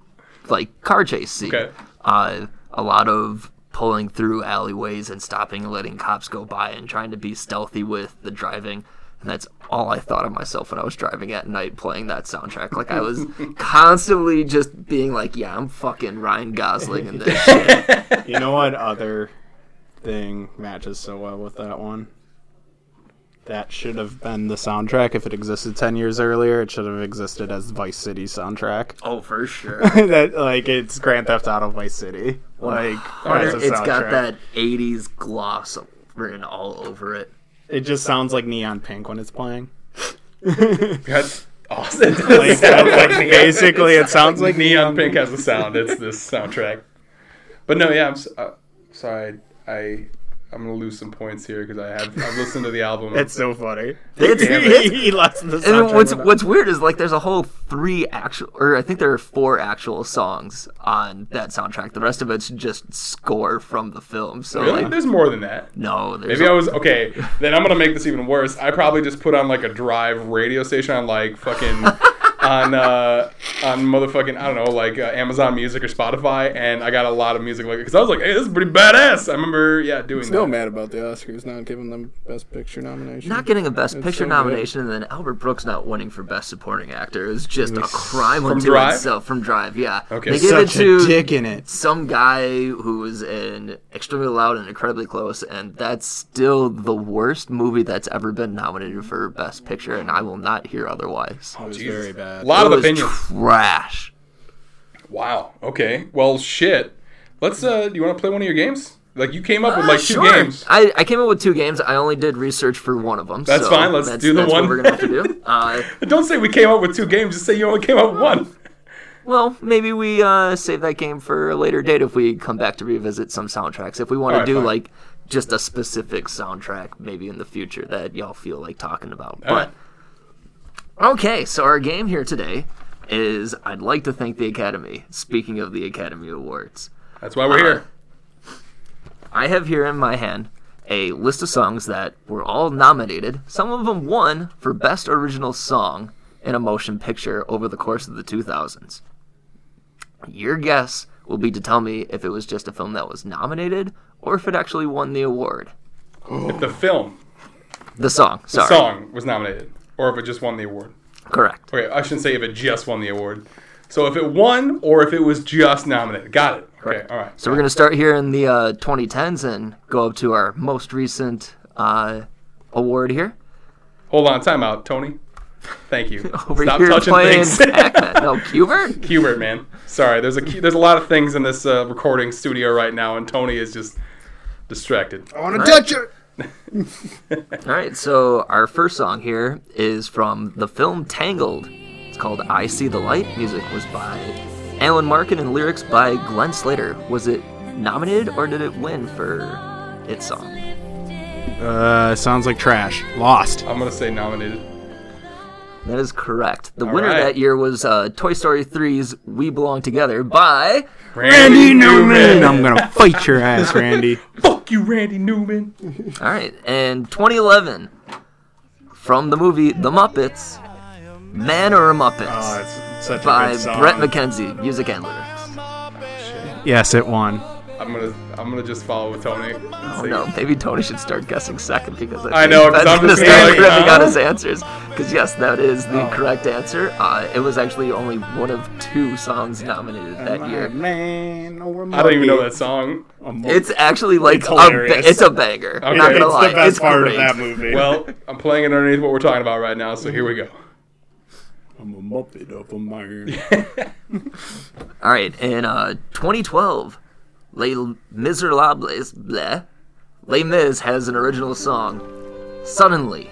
like car chase scene. Okay. Uh, a lot of pulling through alleyways and stopping and letting cops go by and trying to be stealthy with the driving. And that's all I thought of myself when I was driving at night playing that soundtrack. Like I was constantly just being like, "Yeah, I'm fucking Ryan Gosling in this." shit." You know what other thing matches so well with that one? That should have been the soundtrack if it existed ten years earlier. It should have existed as Vice City soundtrack. Oh, for sure. that like it's Grand Theft Auto Vice City. Like as a it's got soundtrack. that '80s gloss written all over it. It just sounds like neon pink when it's playing. That's awesome. Like, that's, like, basically, it sounds like Neon Pink has a sound. It's this soundtrack. But no, yeah, I'm s- uh, sorry. I I'm gonna lose some points here because I have I've listened to the album. That's so funny. It's, Damn it. it's- he lost the and soundtrack. what's what's weird is like there's a whole three actual, or I think there are four actual songs on that soundtrack. The rest of it's just score from the film. So really? uh, like, There's more than that. no, there's Maybe I was okay. Then I'm gonna make this even worse. I probably just put on like a drive radio station on like fucking on uh on motherfucking I don't know like uh, Amazon Music or Spotify, and I got a lot of music like because I was like, hey, this is pretty badass. I remember yeah doing Still that. mad about the Oscars not giving them Best Picture nomination. not getting a Best Picture so good. nomination, and then Albert Brooks not winning for Best Supporting Actor is just a crime From unto Drive? itself. From Drive, yeah. Okay. they gave it such to a dick in it. some guy who was in extremely loud and incredibly close and that's still the worst movie that's ever been nominated for best picture and i will not hear otherwise It was Jesus. very bad. A lot it of was opinions. trash Wow. Okay. Well, shit. Let's. uh Do you want to play one of your games? Like you came up with like two Sure. games. I, I came up with two games i only did research for one of them That's so fine, let's that's, do the that's one. what we're gonna have to do uh, Don't say we came up with two games. Just say you only came up with one. well maybe we uh, save that game for a later date if we come back to revisit some soundtracks if we want Alright, to do fine. like just a specific soundtrack maybe in the future that y'all feel like talking about but Alright. Okay, so our game here today is I'd like to thank the Academy. Speaking of the Academy Awards, That's why we're here. I have here in my hand a list of songs that were all nominated. Some of them won for Best Original Song in a Motion Picture over the course of the 2000s. Your guess will be to tell me if it was just a film that was nominated or if it actually won the award. If the film The song, sorry. song was nominated, or if it just won the award. Correct. Okay, I shouldn't say if it just won the award. So if it won, or if it was just nominated. Got it. Okay. All right. So we're going to start here in the uh, 2010s and go up to our most recent uh, award here. Hold on. Time out, Tony. Thank you. Over Stop here touching playing things. Pac-Man. No, Cubert? Hubert, man. Sorry. There's a there's a lot of things in this uh, recording studio right now, and Tony is just distracted. I want to touch it. All right, so our first song here is from the film Tangled. It's called I See the Light. Music was by Alan Markin and lyrics by Glenn Slater. Was it nominated or did it win for its song? lifted Uh, sounds like trash. Lost. I'm gonna say nominated. That is correct. The winner right. that year was uh, Toy Story 3's We Belong Together by. Randy I'm gonna fight your ass, Randy. Fuck you, Randy Newman. All right. And 2011, from the movie The Muppets, Man or a Muppet Oh, it's such a by good song. Brett McKenzie, music and lyrics. yes, it won. I'm gonna I'm gonna just follow with Tony. Oh no, maybe Tony should start guessing second because I think know, 'cause that's I'm going just to start like, uh-huh. ripping out huh? his answers. Because yes, that is Oh. the correct answer. Uh, it was actually only one of two songs nominated Oh, that year. Man, I don't even know that song. It's actually like It's a ba- hilarious. it's a banger. I'm not It's gonna the lie, it's great. movie. Well, I'm playing it underneath what we're talking about right now, so here we go. I'm a muppet of a man. All right, in uh, 2012, Les Miserables, bleh, Les Mis has an original song, "Suddenly,"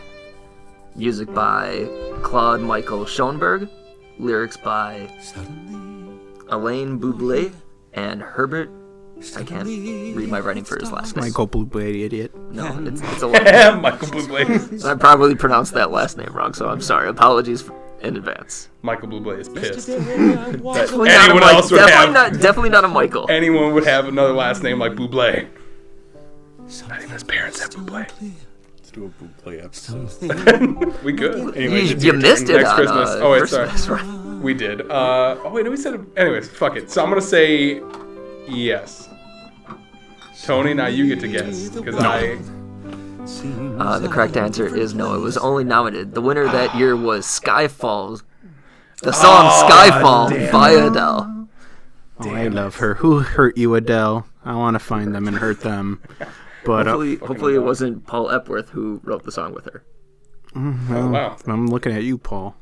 music by Claude Michael Schoenberg, lyrics by Elaine Bublé and Herbert. I can't read my writing for his last name. Michael Blue Blade, idiot. No, it's, it's a long. Michael Blue Blaze. I probably pronounced that last name wrong, so I'm sorry. Apologies in advance. Michael Blue Blaze pissed. Definitely Anyone not a Mike- else would definitely have. Not, definitely not a Michael. Anyone would have another last name like Buble. Not even his parents have Buble. Let's do a Blue Blade episode. We good. You, Anyways, it's you your missed turn. it Next on Christmas. Uh, Oh, wait, Christmas, right? We did. Uh, oh wait, no, we said. Anyways, fuck it. So I'm gonna say yes. Tony, now you get to guess because I. Uh, the correct answer is no. It was only nominated. The winner that year was Skyfall. The song Oh, Skyfall by Adele. Oh, I love her. Who hurt you, Adele? I want to find them and hurt them. But uh, Hopefully, hopefully it wasn't Paul Epworth who wrote the song with her. Oh, wow. I'm looking at you, Paul.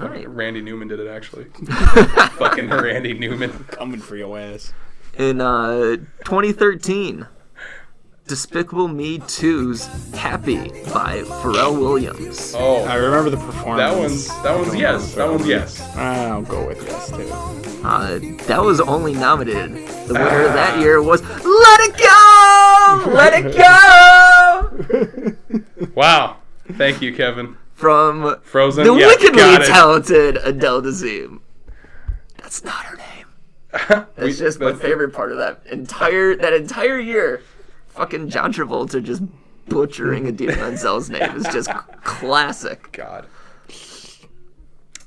All right. Randy Newman did it actually. Fucking Randy Newman. Coming for your ass. In uh, 2013, Despicable Me 2's Happy by Pharrell Williams. Oh, I remember the performance. that one's that one's yes. That one's yes. I'll go with yes too. Uh, that was only nominated. The winner that year was Let It Go! Let It Go! Wow. Thank you, Kevin. From Frozen. the yeah, got wickedly it. talented Adele Dazeem. That's not her name. That's We- just my that's- favorite part of that entire that entire year. Fucking John Travolta just butchering Adina Menzel's name is just classic. God.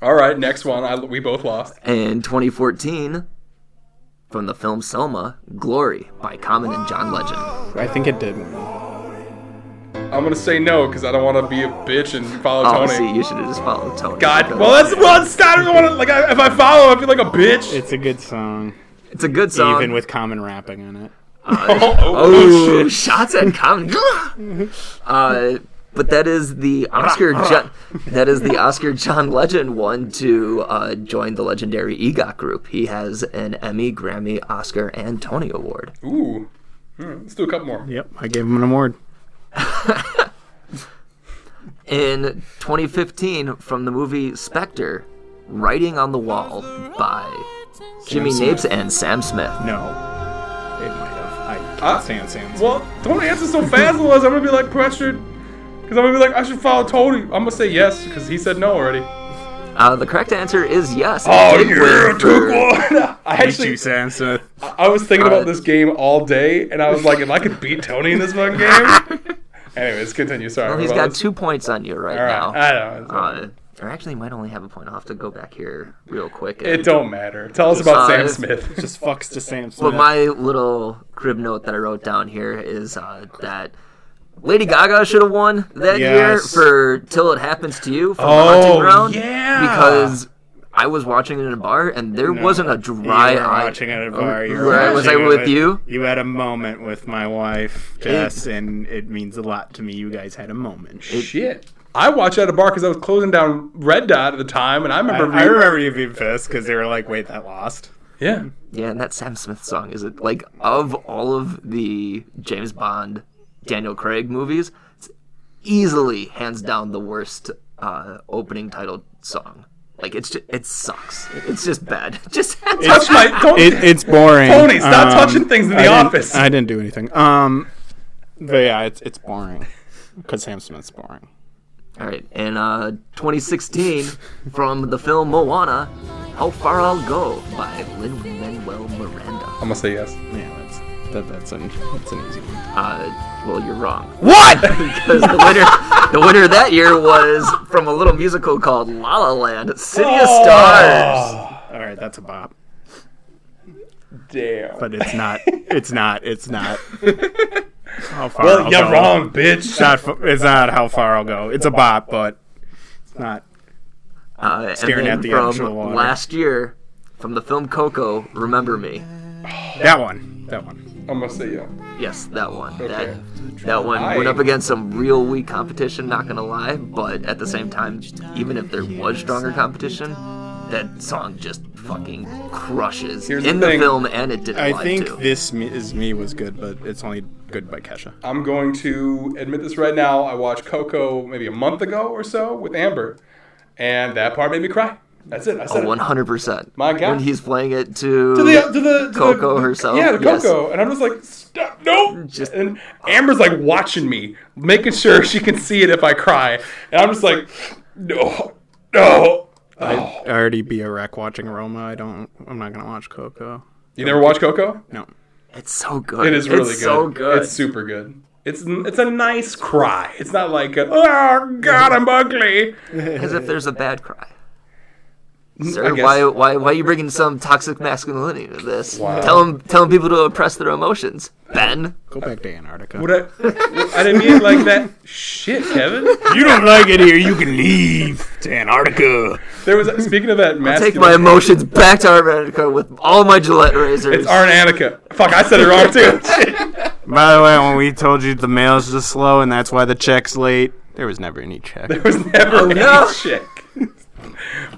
All right, next one. I, we both lost. And 2014, from the film Selma, Glory by Common and John Legend. I think it did win. I'm gonna say no because I don't want to be a bitch and follow Oh, Tony. see, you should have just followed Tony. God. Because Well, that's well. It's not, I don't want to like. I, if I follow, I feel like a bitch. It's a good song, it's a good song. even with common rapping in it. oh, oh, oh, Ooh, shots at Common. uh, but that is the Oscar. John, that is the Oscar John Legend one to uh, join the legendary E EGOT group. He has an Emmy, Grammy, Oscar, and Tony Award. shit. Ooh. All right, let's do a couple more. Yep, I gave him an award. In 2015, from the movie Spectre, "Writing on the Wall" by Jimmy Napes and Sam Smith. No, it might have. I Uh, can't stand Sam's. Well, don't answer so fast, otherwise I'm gonna be like pressured. Because I'm gonna be like, I should follow Tony. I'm gonna say yes because he said no already. Uh, the correct answer is yes. Oh It did yeah, win took for- one. I actually, Sam Smith. I was thinking Uh, about this game all day, and I was like, if I could beat Tony in this one game. Anyways, continue. Sorry. Well, he's what got was- two points on you right, All right. now. I don't know. Uh, or actually, he might only have a point. I'll have to go back here real quick. it don't matter. Tell us about Uh, Sam Smith. Just fucks to Sam Smith. but my little crib note that I wrote down here is uh, that Lady Gaga should have won that year Yes. for "Till It Happens to You" from Oh, the Hunting Ground yeah. because I was watching it in a bar and there wasn't a you dry were eye. watching it at a bar. You were Where I was watching I it with you? You had a moment with my wife, Jess, and it means a lot to me. You guys had a moment. Shit. I watched it at a bar because I was closing down Red Dot at the time, and I I, remember. I remember you being pissed because they were like, "Wait, that lost." Yeah. Yeah, and that Sam Smith song is it like of all of the James Bond, Daniel Craig movies, it's easily hands down the worst uh, opening title song. Like it's just, it sucks. It's just bad. It Just Touch my. Don't it's boring. Um, Tony, stop touching things in the I didn't- office. I didn't do anything. Um, But yeah, it's it's boring because Sam Smith's boring. All right, and uh, 2016 from the film Moana, "How Far I'll Go" by Lin Manuel Miranda. I'm gonna say yes. Yeah, that's that, that's an that's an easy one. Uh, well, you're wrong. What? because the winner the winner that year was from a little musical called La La Land, City Oh! of Stars. All right, that's a bop, Damn. but it's not. It's not. It's not. How far well, I'll you're go. wrong, bitch. It's not. f- It's not how far I'll go. It's a bop, but it's not. Uh, and Staring then at the actual from water. last year, from the film Coco, Remember Me. That one. That one. I'm gonna say yeah. Yes, that one. Okay. That that one went up against some real weak competition. Not gonna lie, but at the same time, even if there was stronger competition, that song just fucking crushes Here's the in the, thing. film, and it did. I live think too. this me, is me was good, but it's only good by Kesha. I'm going to admit this right now. I watched Coco maybe a month ago or so with Amber, and that part made me cry. That's it. I said it. One hundred percent. My God. When he's playing it to, to the to the to Coco the, herself, Yeah, to yes. Coco, and I'm just like, stop, no. Just- and Amber's like watching me, making sure she can see it if I cry, and I'm just like, no, no. Oh. I already be a wreck watching Roma. I don't. I'm not gonna watch Coco. You never watch Coco? No. It's so good. It is really It's good. so good. It's super good. It's it's a nice cry. It's not like a, oh god, I'm ugly. As if there's a bad cry. I Sir, guess- why, why, why are you bringing some toxic masculinity to this? Wow. Telling, telling people to oppress their emotions. Ben, Go back to Antarctica. Would I, I didn't mean it like that. Shit, Kevin. you don't like it here, you can leave to Antarctica. There was speaking of that. take masculine- my emotions back to Antarctica with all my Gillette It's razors. Arn Annika. Fuck, I said it wrong too. Shit. By the way, when we told you the mail's just slow and that's why the check's late, there was never any check. There was never any Oh, no. chick.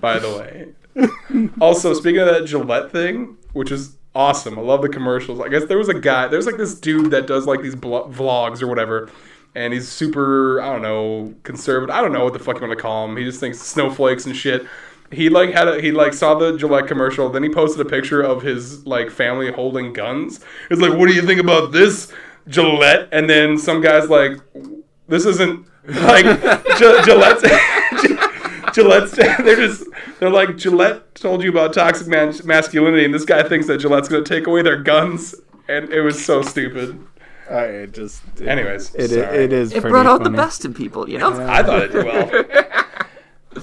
By the way. Also, speaking of that Gillette thing, which is awesome. I love the commercials. I guess there was a guy, there's like this dude that does like these blo- vlogs or whatever. And he's super, I don't know, conservative. I don't know what the fuck you want to call him. He just thinks snowflakes and shit. He like had a he like saw the Gillette commercial, then he posted a picture of his like family holding guns. He's like, "What do you think about this Gillette?" And then some guys like, this isn't like Gi- Gillette's. Gillette's. They're just. They're like Gillette told you about toxic man- masculinity, and this guy thinks that Gillette's going to take away their guns, and it was so stupid. I just. It, Anyways, it, sorry. it is. it brought out the best in people, you know? I thought it did well.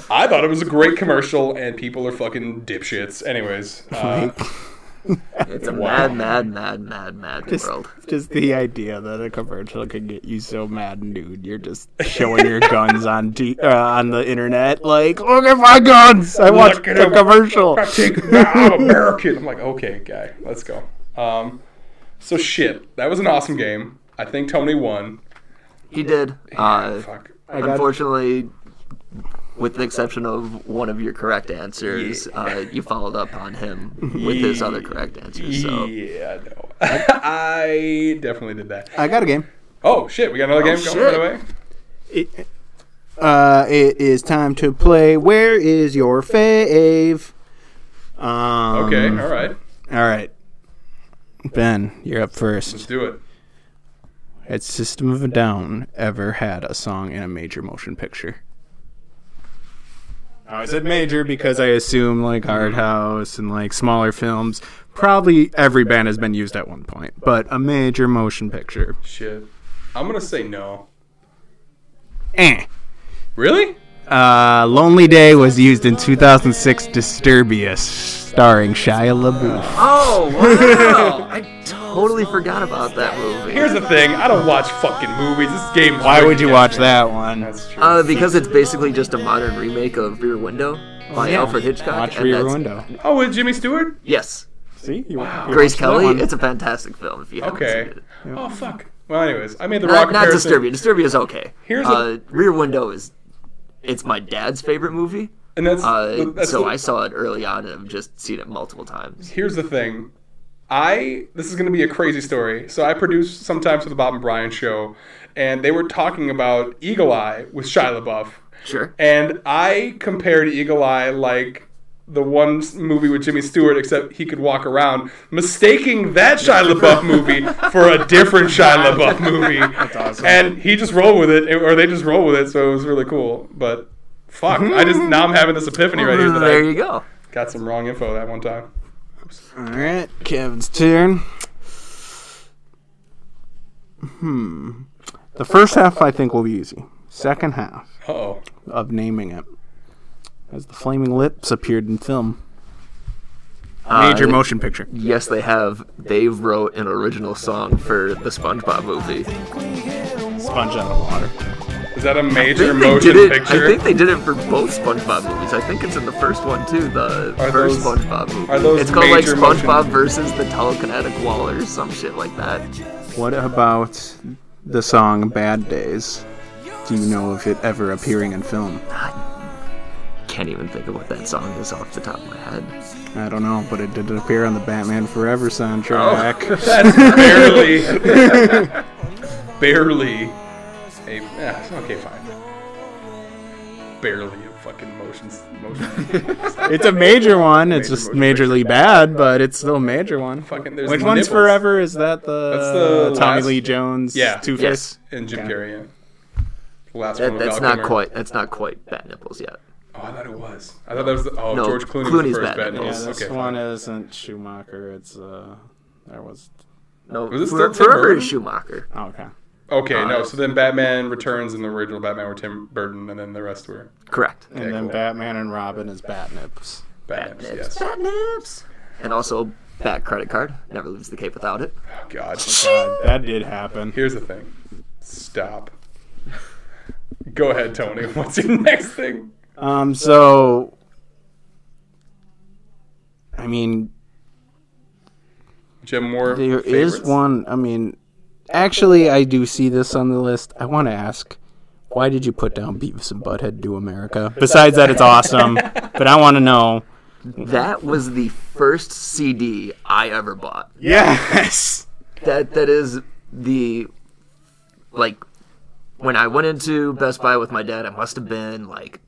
I thought it was a great commercial, and people are fucking dipshits. Anyways, uh, It's a Wow. mad, mad, mad, mad, mad Just, world. just the idea that a commercial could get you so mad, and dude, you're just showing your guns on t- uh, on the internet. Like, look at my guns! I watched at the him. commercial. take I'm American. I'm like, okay, guy, let's go. Um, so shit, that was an awesome game. I think Tony won. He did. Uh, Fuck. got- Unfortunately, with the exception of one of your correct answers, uh, you followed up on him with his other correct answers. So Yeah, no. I definitely did that. I got a game. Oh shit, we got another game going by shit. the way. It, uh, it is time to play. Where is your fave? Um, Okay, all right, All right. Ben, you're up let's first. do it. Had System of a Down ever had a song in a major motion picture? Uh, I said major because I assume like Hard House and like smaller films. Probably every band has been used at one point, but a major motion picture. Shit, I'm gonna say no. Eh. Really? Uh, Lonely Day was used in 2006 Disturbius, starring Shia LaBeouf. Oh wow! I totally forgot about that movie. Here's the thing. I don't watch fucking movies. This game. Why would you watch that one? That's true. uh, because it's basically just a modern remake of Rear Window by Alfred Hitchcock. Watch and Rear that's- Window. oh, with Jimmy Stewart. Yes, See? You, wow. Grace Kelly. It's a fantastic film. If you haven't Okay. seen it. Oh fuck. Well, anyways, I made the Uh, rock not comparison. Disturbia. Disturbia is okay. Here's a- uh, Rear Window is. It's my dad's favorite movie. And that's, Uh, that's so the- I saw it early on and I've just seen it multiple times. here's the thing. I this is going to be a crazy story. So I produce sometimes for the Bob and Brian show, and they were talking about Eagle Eye with Shia LaBeouf, Sure. and I compared Eagle Eye like the one s- movie with Jimmy Stewart, except he could walk around, mistaking that Shia LaBeouf movie for a different Shia LaBeouf movie. That's awesome. And he just rolled with it, or they just rolled with it, so it was really cool. But fuck, I just now I'm having this epiphany right here that Uh, there you I go. got some wrong info that one time. All right, Kevin's turn. Hmm. Hmm. The first half I think will be easy. Second half Oh, of naming it, as the flaming lips appeared in film, major Uh, motion picture. Yes, they have. They wrote an original song for the SpongeBob movie. Sponge out of water. is that a major they motion did it. picture? I think they did it for both SpongeBob movies. I think it's in the first one too. The Are first those- SpongeBob movie. are those it's called like major motion- SpongeBob versus the telekinetic wall or some shit like that. What about the song "Bad Days"? Do you know of it ever appearing in film? Can't even think of what that song is off the top of my head. I don't know, but it did appear on the Batman Forever soundtrack. That's barely, barely a. ah, okay, fine. Barely a fucking motion. motion. It's a major one. It's Major just motion majorly bad, but it's still a major one. Fucking- there's Which one's nipples. forever? Is that That's the, the Tommy last- Lee Jones? Yeah. Two Face. Yes. and Jim Carrey. yeah. The last That, one. with that's Val not Kilmer. quite. That's not quite Bat Nipples yet. Oh, I thought it was. I thought that was. The, oh, No, George Clooney Clooney's was the first Bad bad Nipples. news. Yeah, this okay, one fine. isn't Schumacher. It's uh, there was No, Was this For- still Tim Forever Burton? is Schumacher. oh, okay. Okay, no. So then Batman Returns and the original Batman were Tim Burton, and then the rest were Correct. And then cool. Batman and Robin is Batnips. Batman. Yes. Bat Nips. And also Bat Credit Card. Never leaves the Cape without it. Oh God. God, Uh, that did happen. Here's the thing. Stop. Go ahead, Tony. What's your next thing? Um, so I mean, Jim Moore. There is favorites? one. I mean, actually, I do see this on the list. I want to ask, why did you put down Beavis and Butthead Do America? Besides that, it's awesome. but I want to know. That was the first CD I ever bought. Yes. that that is the like when I went into Best Buy with my dad, I must have been like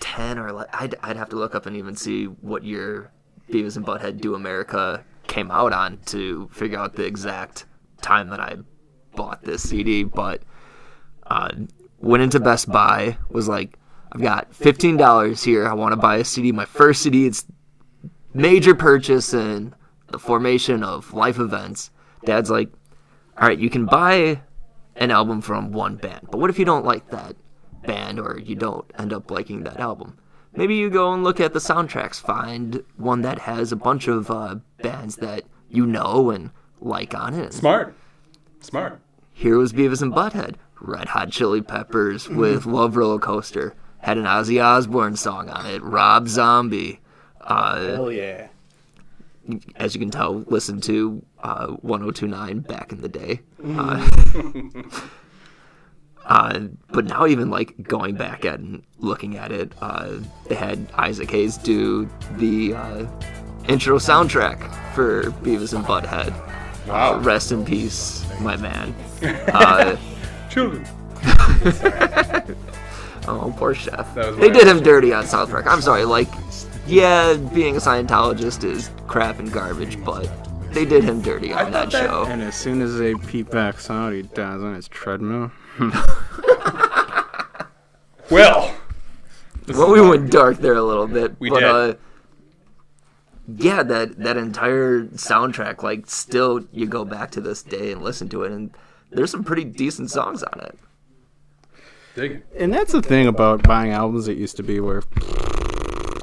ten or like I'd I'd have to look up and even see what year Beavis and Butthead Do America came out on to figure out the exact time that I bought this CD. But uh, went into Best Buy was like. I've got fifteen dollars here. I want to buy a CD. My first CD. It's major purchase in the formation of life events, Dad's like, all right, you can buy an album from one band, but what if you don't like that band or you don't end up liking that album? Maybe you go and look at the soundtracks, find one that has a bunch of uh, bands that you know and like on it. Smart. Smart. Here was Beavis and Butthead, Red Hot Chili Peppers Mm. with Love Roller Coaster, had an Ozzy Osbourne song on it, Rob Zombie. Uh, Hell yeah. as you can tell, listened to uh, 1029 back in the day. Mm. Uh, uh, but now, even like going back and looking at it, uh, they had Isaac Hayes do the uh, intro soundtrack for Beavis and Butthead. Wow. Rest in peace, my man. Children. Oh, poor chef. That was They my did him dirty on South Park. I'm sorry, like, yeah, being a Scientologist is crap and garbage, but they did him dirty on thought that, that- show. And as soon as they peep back out, he dies on his treadmill. Well, Well, we went dark there a little bit, We but did. uh, yeah, that that entire soundtrack, like, still you go back to this day and listen to it, and there's some pretty decent songs on it. dig it. And that's the thing about buying albums. It used to be where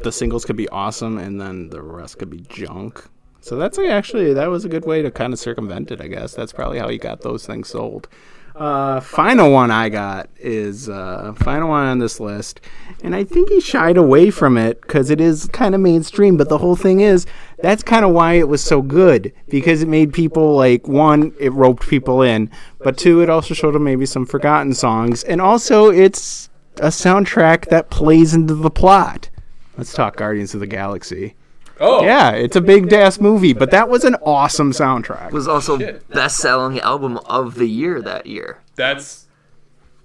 the singles could be awesome, and then the rest could be junk. So that's like actually that was a good way to kind of circumvent it. I guess that's probably how you got those things sold. Uh, final one I got is uh, final one on this list, and I think he shied away from it because it is kind of mainstream. But the whole thing is that's kind of why it was so good because it made people like one, it roped people in, but two, it also showed them maybe some forgotten songs, and also it's a soundtrack that plays into the plot. Let's talk Guardians of the Galaxy. Oh, Yeah, it's a big ass movie, but that was an awesome soundtrack. was also Shit. best-selling album of the year that year. That's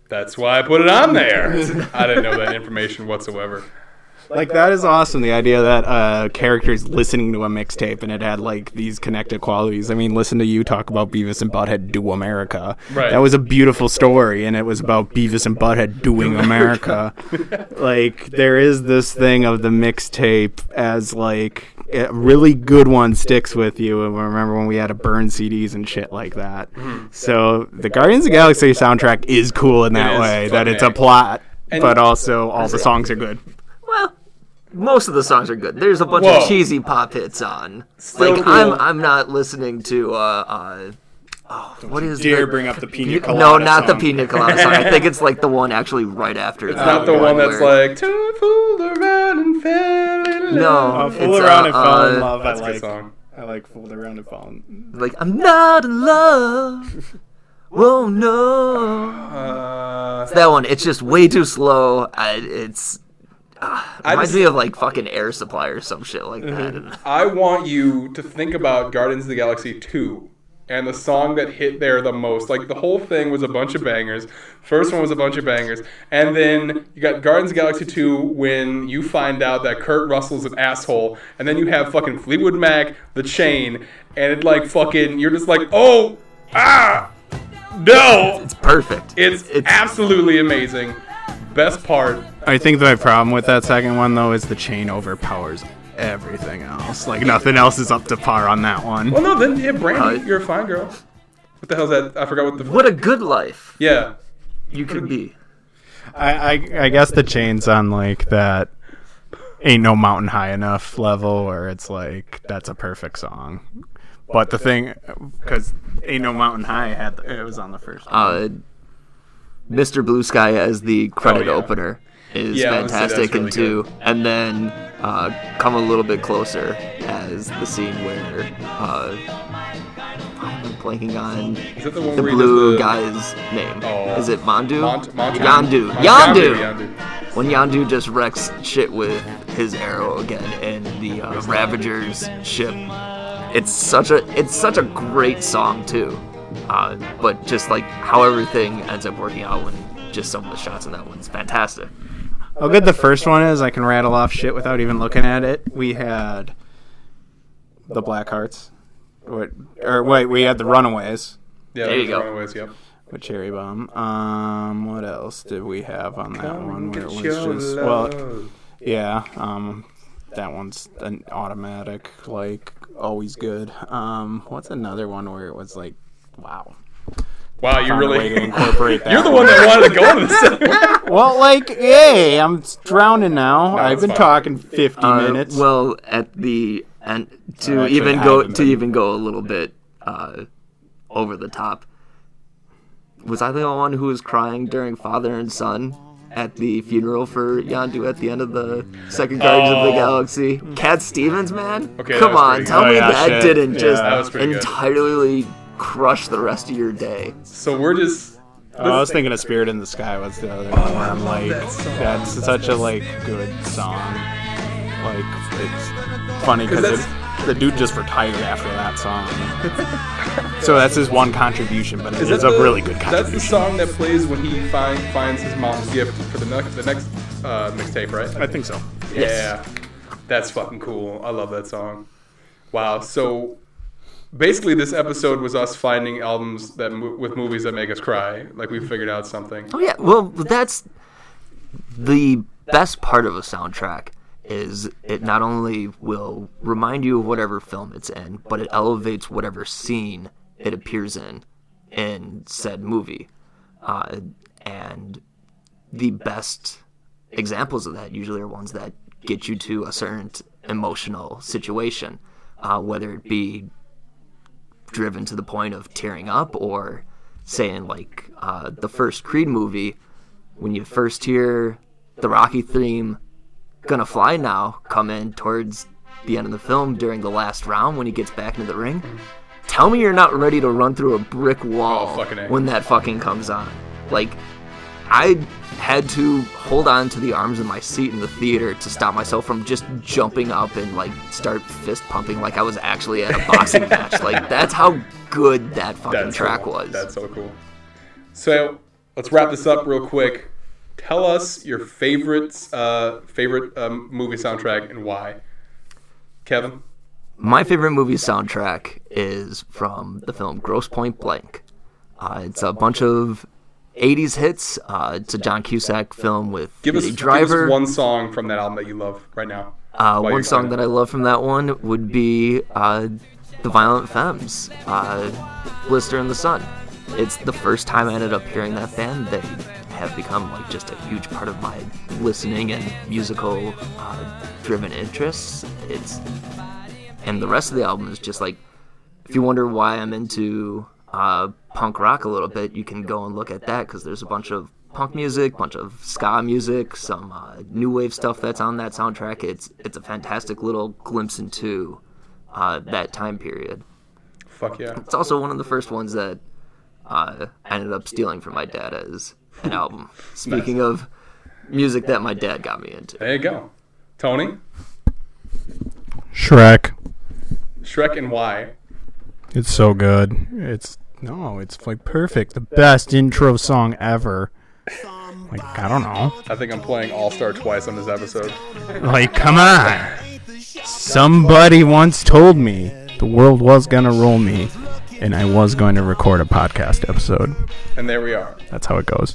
that's why I put it on there. I didn't know that information whatsoever. Like that is awesome. The idea that uh, characters listening to a mixtape and it had like these connected qualities. I mean, listen to you talk about Beavis and Butthead do America. Right. That was a beautiful story, and it was about Beavis and Butthead doing America. like there is this thing of the mixtape as like a really good one sticks with you. And I remember when we had to burn CDs and shit like that. Mm-hmm. So the Guardians of the Galaxy soundtrack is cool in that is way that it's a fucking- plot. And- but also, all the songs are good. Well, most of the songs are good. There's a bunch Whoa. of cheesy pop hits on. Still like cool. I'm, I'm not listening to. Uh, uh, oh, what is dare the- bring up the pina You- colada No, not the song. pina colada song. I think it's like the one actually right after. It's Not the one that's like to fool around and fell in No, love. Fool it's, Around uh, and Fell in uh, Love, That's a good song. I like fooled around and fallen. like I'm not in love. Whoa no, Uh, that one. It's just way too slow. I, it's ah, I, reminds just, me of like fucking Air Supply or some shit like that. I want you to think about Guardians of the Galaxy 2 and the song that hit there the most. Like the whole thing was a bunch of bangers. First one was a bunch of bangers. And then you got Guardians of the Galaxy 2 when you find out that Kurt Russell's an asshole. And then you have fucking Fleetwood Mac, The Chain, and it like fucking, you're just like, oh, ah, no. It's perfect. It's, absolutely amazing. Best part. I think my problem with that second one though is the chain overpowers everything else. Like nothing else is up to par on that one. Well, Oh, no, then yeah, Brandy, Right. you're a fine girl. What the hell's that? I forgot what the what a good life yeah. you could be. I, I I guess the chain's on like that ain't no mountain high enough level where it's like that's a perfect song. But the thing, because ain't no mountain high had it was on the first. One. uh, Mr. Blue Sky as the credit yeah. opener is Yeah, honestly, that's fantastic in really two, and then uh, come a little bit closer as the scene where uh, why am I blanking on Is that the one the where he blue does the- guy's name? Oh. is it Mandu? Mont- Mont- Yandu. Mont- Yandu. Yandu, Yandu. When Yandu just wrecks shit with his arrow again, and the uh, Ravagers ship. It's such a it's such a great song too, uh, but just like how everything ends up working out when just some of the shots in that one's fantastic. How good the first one is, I can rattle off shit without even looking at it. We had the Black Hearts. What, or wait, we had the Runaways Yeah, There you those go. are Runaways, yep. with Cherry Bomb. Um, what else did we have on that one? Where it was Get your just well, love. yeah. Um, that one's an automatic, like always good. Um, what's another one where it was like, wow, wow, you found a way to really. incorporate that. You're the one. one that wanted to go into this. Well, like, hey, I'm drowning now. I've it's been fine. talking 50 Uh, minutes. well, at the end, to Uh, actually, even I go haven't to been- even go a little bit uh, over the top. Was I the only one who was crying during Father and Son at the funeral for Yandu at the end of the second Guardians of the Oh. Galaxy? Cat Stevens, man, Okay, that come was on, pretty tell good. Oh, me yeah, that shit. didn't Yeah, just that was pretty good. entirely crush the rest of your day. so we're just. Oh, I was thinking of Spirit in the Sky was the other one. where I'm like, that's such a like good song. Like it's funny because the dude just retired after that song. so that's his one contribution, but it's a the- really good That's the contribution. song that plays when he find, finds his mom's gift for the next the next uh, mixtape, right? I think so. Yeah. That's fucking cool. I love that song. Wow. So basically this episode was us finding albums that mo- with movies that make us cry. Like we figured out something. Oh yeah, well that's the best part of a soundtrack is it not only will remind you of whatever film it's in, but it elevates whatever scene it appears in in said movie. Uh, and the best examples of that usually are ones that get you to a certain emotional situation, uh, whether it be driven to the point of tearing up or saying like uh, the first Creed movie, when you first hear the Rocky theme, "Gonna Fly Now" come in towards the end of the film during the last round when he gets back into the ring. Tell me you're not ready to run through a brick wall Oh, fucking A. when that fucking comes on. Like, I had to hold on to the arms of my seat in the theater to stop myself from just jumping up and like start fist pumping like I was actually at a boxing match. Like that's how good that fucking track cool. was. That's so cool. So let's wrap this up real quick. Tell us your favorites, uh, favorite um, movie soundtrack and why. Kevin, My favorite movie soundtrack is from the film Gross Point Blank. Uh, it's a bunch of 80s hits. Uh, it's a John Cusack film with give us, a give us driver. one song from that album that you love right now. Uh, While one you're song going. that I love from that one would be uh, The Violent Femmes, uh, Blister in the Sun. It's the first time I ended up hearing that band. They have become like just a huge part of my listening and musical uh, driven interests. It's and the rest of the album is just like if you wonder why I'm into uh, punk rock a little bit, you can go and look at that because there's a bunch of punk music, bunch of ska music, some uh, new wave stuff that's on that soundtrack. It's it's a fantastic little glimpse into uh, that time period. Fuck yeah. It's also one of the first ones that uh, I ended up stealing from my dad as an album. Speaking of music that my dad got me into. There you go. Tony, Shrek. Shrek and why. It's so good. It's no, it's like perfect. The best intro song ever. Like I don't know. I think I'm playing All Star twice on this episode. Like come on. Somebody once told me the world was gonna roll me, and I was going to record a podcast episode. And there we are. That's how it goes.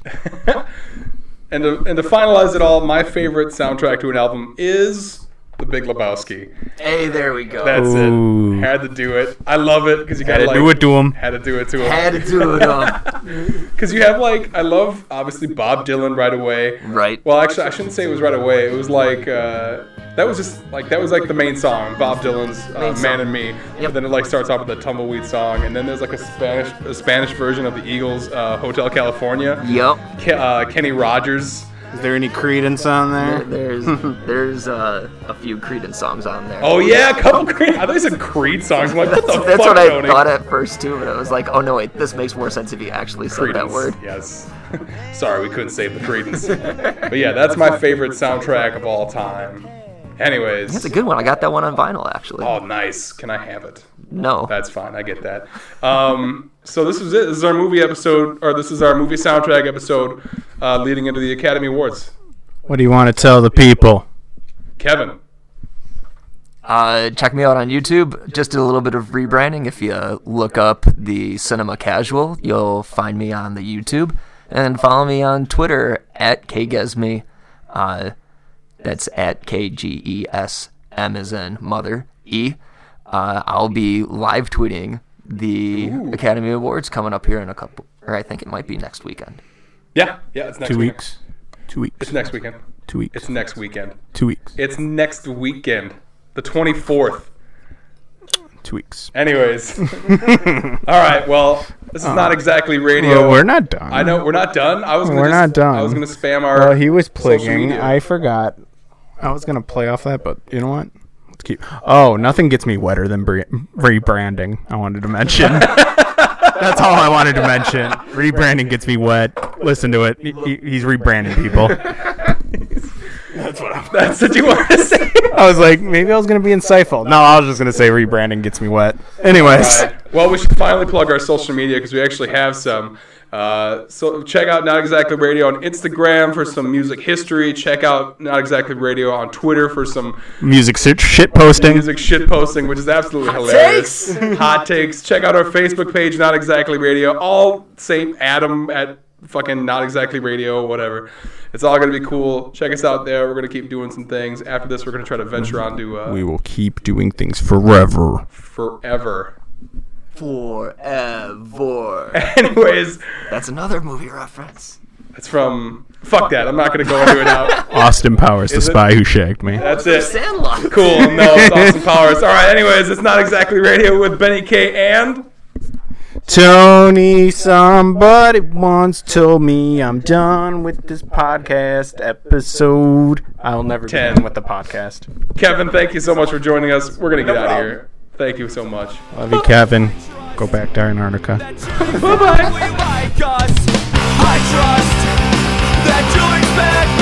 And to, and to finalize it all, my favorite soundtrack to an album is The Big Lebowski. Hey, there we go. That's Ooh. it. Had to do it. I love it because you got Had to like, do it to him. Had to do it to him. Had to do it up. Because you have like I love obviously Bob Dylan right away. Right. Well, actually, I shouldn't say it was right away. It was like uh, that was just like that was like the main song, Bob Dylan's uh, "Man and Me." But then it like starts off with the tumbleweed song, and then there's like a Spanish a Spanish version of the Eagles' uh, "Hotel California." Yup. Ke- uh, Kenny Rogers. Is there any credence on there? There's there's uh, a few Creedence songs on there. Oh yeah, a couple Creed. I thought you said Creed songs. I'm like, what the That's fuck, what I Tony? thought at first too, but I was like, oh no, wait, this makes more sense if you actually said that Creedence, word. Yes. Sorry, we couldn't save the Credence. but yeah, that's my favorite soundtrack of all time. Anyways. That's a good one. I got that one on vinyl actually. Oh, nice. Can I have it? no, That's fine. I get that. Um, so this is it. This is our movie episode, or this is our movie soundtrack episode, uh, leading into the Academy Awards. What do you want to tell the people? Kevin, uh, check me out on YouTube. Just did a little bit of rebranding. If you uh, look up the Cinema Casual, you'll find me on the YouTube, and follow me on Twitter at kgesme. Uh, that's at K G E S M as in mother E. Uh, I'll be live tweeting the Academy Awards coming up here in a couple, or I think it might be next weekend. yeah, yeah, it's next Two weekend. weeks. Two weeks. It's next weekend. Two weeks. It's next weekend. Two weeks. It's next weekend, the twenty fourth. Two weeks. Anyways, all right. Well, this is not exactly radio. Uh, Well, we're not done. I know we're not done. I was. Gonna We're just- not done. I was gonna spam our. Well, he was social pligging. media. I forgot. I was gonna play off that, but you know what? Let's keep. Oh, nothing gets me wetter than bre- rebranding. I wanted to mention. That's all I wanted to mention. Rebranding gets me wet. Listen to it. He- he- he's rebranding people. That's what you want to say. I was like, maybe I was gonna be insightful. No, I was just gonna say rebranding gets me wet. Anyways, Well, we should finally plug our social media because we actually have some. Uh, so check out Not Exactly Radio on Instagram for some music history. Check out Not Exactly Radio on Twitter for some music sit- shit posting. music shit posting, which is absolutely hilarious. Hot takes. Check out our Facebook page, Not Exactly Radio. All same Adam at fucking Not Exactly Radio, whatever. It's all gonna be cool. Check us out there. We're gonna keep doing some things. After this, we're gonna try to venture on to uh, We will keep doing things forever. forever. Forever. Anyways, That's another movie reference. it's from. Fuck that. I'm not gonna go into it now. Austin Powers, the Is it- spy who shagged me. That's it. Sandlot. Cool. No, it's Austin Powers. All right. Anyways, it's not exactly radio with Benny K and Tony, somebody once told me I'm done with this podcast episode. I'll never Ten. be done with the podcast. Kevin. Thank you so much for joining us. We're gonna get out of here. Thank you so much. Love you, Kevin. Go back to Antarctica. like us. I trust that you expect